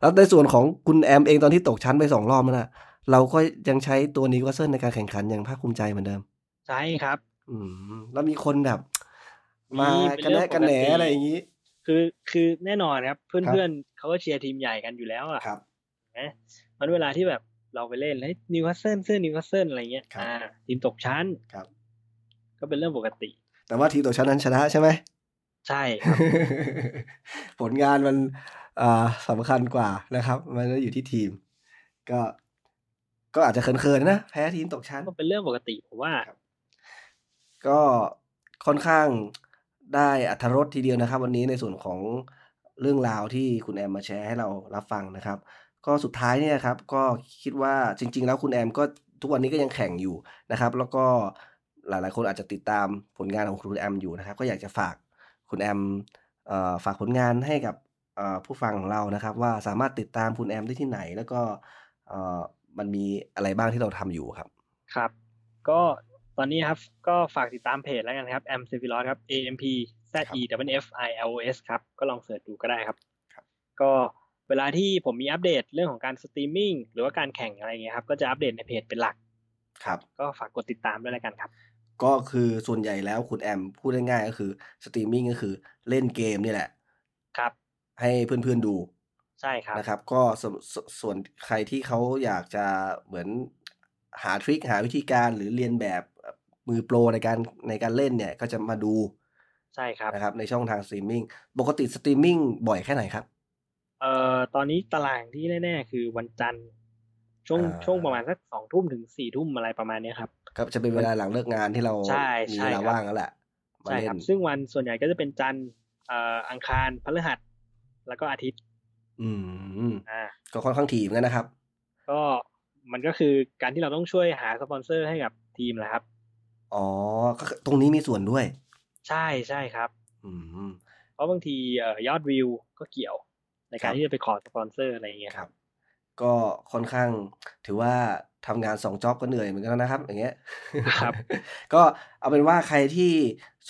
Speaker 1: แล้วในส่วนของคุณแอมเองตอนที่ตกชั้นไปสองรอบนั่นนะเราก็ยังใช้ตัวนิวคาสเซิลในการแข่งขันอย่างภาคภูมิใจเหมือนเดิม
Speaker 2: ใช่ครับ
Speaker 1: อืมแล้วมีคนแบบ
Speaker 2: มี
Speaker 1: มา
Speaker 2: เป็น
Speaker 1: กระ
Speaker 2: เรื่
Speaker 1: แนะ
Speaker 2: องปก
Speaker 1: กระแห
Speaker 2: ติ
Speaker 1: นอะไรอย่างนี้
Speaker 2: คือคือแน่นอนครับ
Speaker 1: ครั
Speaker 2: เพื่อบ นๆเขาก็เชียร์ทีมใหญ่กันอยู่แล้วอ่ะ
Speaker 1: ครับ
Speaker 2: นะมันเวลาที่แบบเราไปเล่นแล้วนิวคาสเซิลเสื้อนิวคาสเซิลอะไรเงี้ย
Speaker 1: ครับ
Speaker 2: อ่าทีมตกชั้น
Speaker 1: ครับ
Speaker 2: ก็เป็นเรื่องปกติ
Speaker 1: แต่ว่าทีมตกชั้นนั้นชนะใช่ไหม *laughs*
Speaker 2: ใช่ครับ
Speaker 1: ผลงานมันอ่าสำคัญกว่านะครับ มันอยู่ที่ทีม ก็ก็อาจจะเขินๆนะ แพ้ทีมตกชั้น
Speaker 2: มันเป็นเรื่องปกติผมว่า
Speaker 1: ครับ ก็ค่อนข้างได้อัธรสทีเดียวนะครับ วันนี้ในส่วนของเรื่องราวที่คุณแอมมาแชร์ให้เรารับฟังนะครับ ก็สุดท้ายเนี่ยครับก็คิดว่าจริง ๆ แล้วคุณแอมก็ทุกวันนี้ก็ยังแข่งอยู่นะครับ แล้วก็หลายๆ คนอาจจะติดตามผลงานของคุณแอมอยู่นะครับ ก็อยากจะฝากคุณแอมเอ่อฝากผลงานให้กับเอ่อผู้ฟังของเรานะครับ ว่าสามารถติดตามคุณแอมได้ที่ไหน แล้วก็เอ่อมันมีอะไรบ้างที่เราทำอยู่ครับ
Speaker 2: ครับ ก็ตอนนี้ครับ ก็ฝากติดตามเพจแล้วกันครับ a m c e v i l o s ครับ A M P Z E W F I L O S ครับ ก็ลองเสิร์ชดูก็ได้ครับ
Speaker 1: ครับ
Speaker 2: ก็เวลาที่ผมมีอัปเดตเรื่องของการสตรีมมิ่งหรือว่าการแข่งอะไรเงี้ยครับ ก็จะอัปเดตในเพจเป็นหลัก
Speaker 1: ครับ
Speaker 2: ก็ฝากกดติดตามด้วยแล้วกันครับ
Speaker 1: ก็คือส่วนใหญ่แล้วคุณแอมพูดง่ายๆก็คือสตรีมมิ่งก็คือเล่นเกมนี่แหละ
Speaker 2: ครับ
Speaker 1: ให้เพื่อนๆดู
Speaker 2: ใช่ครับ
Speaker 1: นะครับ ก็สสส่วนใครที่เขาอยากจะเหมือนหาทริคหาวิธีการหรือเรียนแบบมือโปรในการในการเล่นเนี่ย ก็จะมาดู
Speaker 2: ใช่ครับ
Speaker 1: นะครับในช่องทางสตรีมมิ่งปกติสตรีมมิ่งบ่อยแค่ไหนครับ
Speaker 2: เอ่อ ตอนนี้ตารางที่แน่ๆ คือวันจันทร์ ช่วง
Speaker 1: อ่า
Speaker 2: ช่วงประมาณสักสองทุ่มถึงสี่ทุ่มอะไรประมาณเนี้ยครับ
Speaker 1: ก็จะเป็นเวลาหลังเลิกงานที่เรา
Speaker 2: ใช่
Speaker 1: มี
Speaker 2: ใช่
Speaker 1: เวลา
Speaker 2: ครับ
Speaker 1: ว่างแล้วแหละมา
Speaker 2: ใช่
Speaker 1: เล่
Speaker 2: คน รับ ซึ่งวันส่วนใหญ่ก็จะเป็นจันทร์เอ่ออังคารพฤหัส แล้วก็อาทิตย์
Speaker 1: อืม
Speaker 2: อ่า
Speaker 1: ก็ค่อนข้างถี่เหมือนกันนะครับ
Speaker 2: ก็มันก็คือการที่เราต้องช่วยหาสปอนเซอร์ให้กับทีมแหละครับ
Speaker 1: อ๋อก็คือตรงนี้มีส่วนด้วย
Speaker 2: ใช่ใช่ครับ
Speaker 1: อืม
Speaker 2: เพราะบางทีเอ่อยอดวิวก็เกี่ยว ในกา
Speaker 1: ครั
Speaker 2: ร
Speaker 1: บ
Speaker 2: ที่จะไปขอสปอนเซอร์อะไรอย่างเงี้ย
Speaker 1: ค
Speaker 2: ครับ
Speaker 1: รับ ก็ค่อนข้างถือว่า ทำงานสองจ็อบก็เหนื่อยเหมือนกันนะครับ อย่างเงี้ย
Speaker 2: ครับ
Speaker 1: *laughs* ก็เอาเป็นว่าใครที่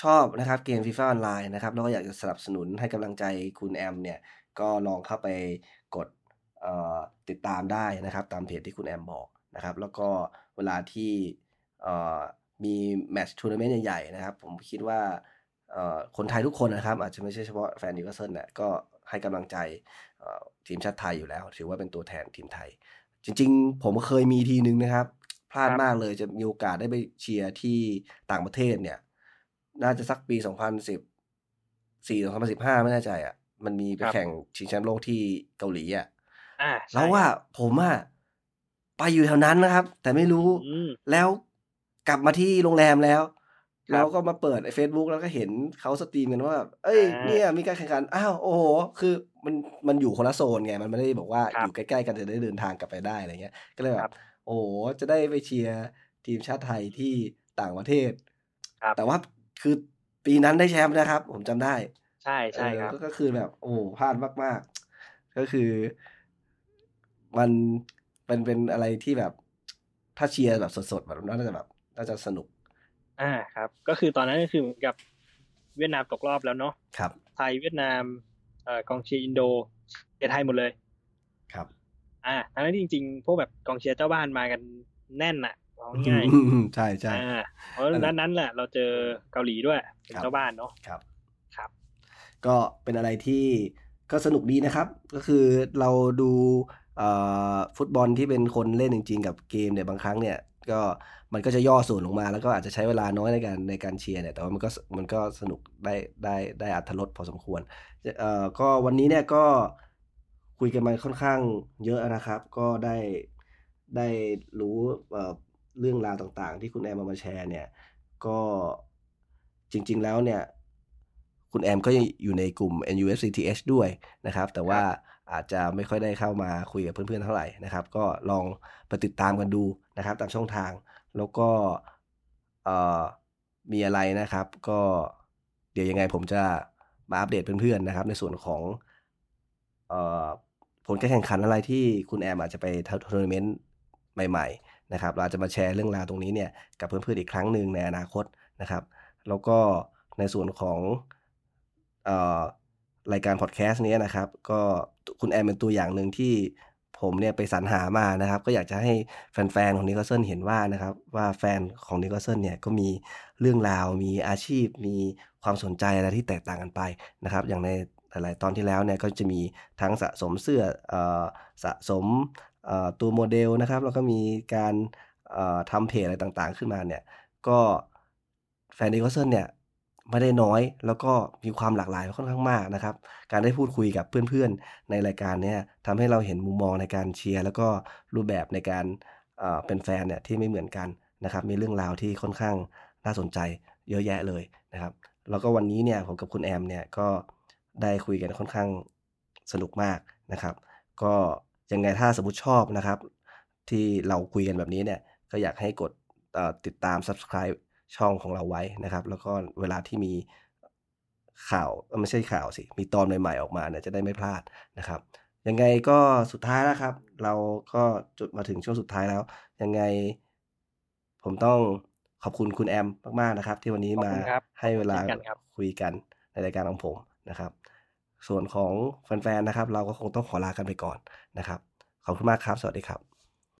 Speaker 1: ชอบนะครับเกม FIFA ออนไลน์นะครับแล้วก็อยากจะสนับสนุนให้กำลังใจคุณแอมเนี่ย ก็ลองเข้าไปกดเอ่อติดตามได้นะครับ ตามเพจที่คุณแอมบอกนะครับ แล้วก็เวลาที่เอ่อมีแมตช์ทัวร์นาเมนต์ใหญ่ๆนะครับ ผมคิดว่าเอ่อคนไทยทุกคนนะครับ อาจจะไม่ใช่เฉพาะแฟนนิวคาสเซิลนะก็ให้กำลังใจเอ่อทีมชาติไทยอยู่แล้ว ถือว่าเป็นตัวแทนทีมไทย จริงๆ ผมเคยมีทีนึงนะครับ พลาด
Speaker 2: ครับ
Speaker 1: มากเลยจะมีโอกาสได้ไปเชียร์ที่ต่างประเทศเนี่ย น่าจะสักปี 2010 4 2015 ไม่แน่ใจอ่ะ มันมีไปแข่งชิงแชมป์โลกที่เกาหลีอ่ะ
Speaker 2: อ่าใช่
Speaker 1: แล้วว่าผมอ่ะไปอยู่แถวนั้นนะครับ แต่ไม่รู้
Speaker 2: อืม
Speaker 1: แล้วกลับมาที่โรงแรมแล้ว
Speaker 2: ครับ
Speaker 1: เราก็มาเปิดไอ้ Facebook แล้วก็เห็นเขาสตรีมกันว่า เอ้ย
Speaker 2: อ่า
Speaker 1: เนี่ยมีการแข่งขัน อ้าว โอ้โห คือมันมันอยู่คนละโซนไง มันไม่ได้บอกว่า
Speaker 2: ครั
Speaker 1: อบ ยู่ใกล้ๆกันจะได้เดินทางกลับไปได้อะไรเงี้ย ก็เลยแบ
Speaker 2: ครับ บ
Speaker 1: โอ้โห จะได้ไปเชียร์ทีมชาติไทยที่ต่างประเทศ
Speaker 2: ครับ
Speaker 1: แต่ว่าคือปีนั้นได้แชมป์นะครับ ผมจำได้
Speaker 2: ใช่ใช่
Speaker 1: เออ
Speaker 2: ครับ
Speaker 1: ก็ก็คือแบบโอ้โหพลาดมาก ๆ ก็คือมันเป็นเป็นอะไรที่แบบถ้าเชียร์แบบสดๆแบบน่าจะแบบน่าจะสนุก
Speaker 2: อ่าครับ ก็คือตอนนั้นก็คือเหมือนกับเวียดนามตกรอบแล้วเนาะ
Speaker 1: ครับ
Speaker 2: ไทยเวียดนามเอ่อกองเชียร์อินโดเชียร์ไทยหมดเลย
Speaker 1: ครับ
Speaker 2: อ่าทั้งนั้นจริงๆ พวกแบบกองเชียร์เจ้าบ้านมากันแน่นอ่ะเอาง่าย
Speaker 1: ใช่ใช่
Speaker 2: อ่าเพราะนั้นนั้นแหละเราเจอเกาหลีด้วยเป็น
Speaker 1: ครับ
Speaker 2: เจ้าบ้านเนาะ
Speaker 1: ครับ
Speaker 2: ครับ
Speaker 1: ก็เป็นอะไรที่ก็สนุกดีนะครับ ก็คือเราดูเอ่อฟุตบอลที่เป็นคนเล่นจริง ๆ กับเกมเนี่ยบางครั้งเนี่ยก็มันก็จะย่อส่วนลงมาแล้วก็อาจจะใช้เวลาน้อยในการในการเชียร์เนี่ยแต่ว่ามันก็มันก็สนุกได้ได้ได้อัธรสพอสมควรเอ่อก็วันนี้เนี่ยก็คุยกันมาค่อนข้างเยอะนะครับ ก็ได้ได้รู้เอ่อเรื่องราวต่างๆ ที่คุณแอมเอามาแชร์เนี่ย ก็จริง ๆ แล้วเนี่ย คุณแอมก็ยังอยู่ในกลุ่ม NUSCTH ด้วยนะครับ แต่ว่าอาจจะไม่ค่อยได้เข้ามาคุยกับเพื่อนๆเท่าไหร่นะครับ ก็ลองไปติดตามกันดูนะครับ ตามช่องทาง แล้วก็เอ่อมีอะไรนะครับ ก็เดี๋ยวยังไงผมจะมาอัปเดตเพื่อนๆนะครับ ในส่วนของเอ่อผลการแข่งขันอะไรที่คุณแอมอาจจะไปทัวร์นาเมนต์ใหม่ ๆ นะครับเราจะมาแชร์เรื่องราวตรงนี้เนี่ยกับเพื่อนๆอีกครั้งหนึ่งในอนาคตนะครับ แล้วก็ในส่วนของเอ่อรายการพอดแคสต์นี้ยนะครับ ก็คุณแอมเป็นตัวอย่างหนึ่งที่ผมเนี่ยไปสรรหามานะครับ ก็อยากจะให้แฟนๆของนิ c คาเซิลเห็นว่านะครับ ว่าแฟนของนิ c คาเซิลเนี่ยก็มีเรื่องราวมีอาชีพ มีความสนใจอะไรที่แตกต่างกันไปนะครับ อย่างในหลายๆตอนที่แล้วเนี่ยก็จะมีทั้งสะสมเสื้อเออสะสม เอ่อตัวโมเดลนะครับ แล้วก็มีการเอ่อทำเพจอะไรต่างๆ ขึ้นมาเนี่ย ก็แฟนดิคอสเซนเนี่ยไม่ได้น้อยแล้วก็มีความหลากหลายค่อนข้างมากนะครับ การได้พูดคุยกับเพื่อนๆ ในรายการเนี่ยทำให้เราเห็นมุมมองในการเชียร์ แล้วก็รูปแบบในการเอ่อเป็นแฟนเนี่ยที่ไม่เหมือนกันนะครับ มีเรื่องราวที่ค่อนข้างน่าสนใจเยอะแยะเลยนะครับ แล้วก็วันนี้เนี่ยผมกับคุณแอมเนี่ยก็ได้คุยกันค่อนข้างสนุกมากนะครับ ก็ยังไงถ้าสมมติชอบนะครับ ที่เราคุยกันแบบนี้เนี่ย ก็อยากให้กดเอ่อติดตาม subscribe ช่องของเราไว้นะครับ แล้วก็เวลาที่มีข่าวเอ้อไม่ใช่ข่าวสิ มีตอนใหม่ๆออกมาเนี่ยจะได้ไม่พลาดนะครับ ยังไงก็สุดท้ายแล้วครับ เราก็จุดมาถึงช่วงสุดท้ายแล้ว ยังไง ผมต้องขอบคุณคุณแอมมากๆนะครับ ที่วันนี้
Speaker 2: ขอบ
Speaker 1: มา
Speaker 2: คุณครับ
Speaker 1: ให้เวลา
Speaker 2: เช่นกันครับ
Speaker 1: คุยกันในรายการของผมนะครับ ส่วนของแฟนๆนะครับ เราก็คงต้องขอลากันไปก่อนนะครับ ขอบคุณมากครับ สวัสดีครับ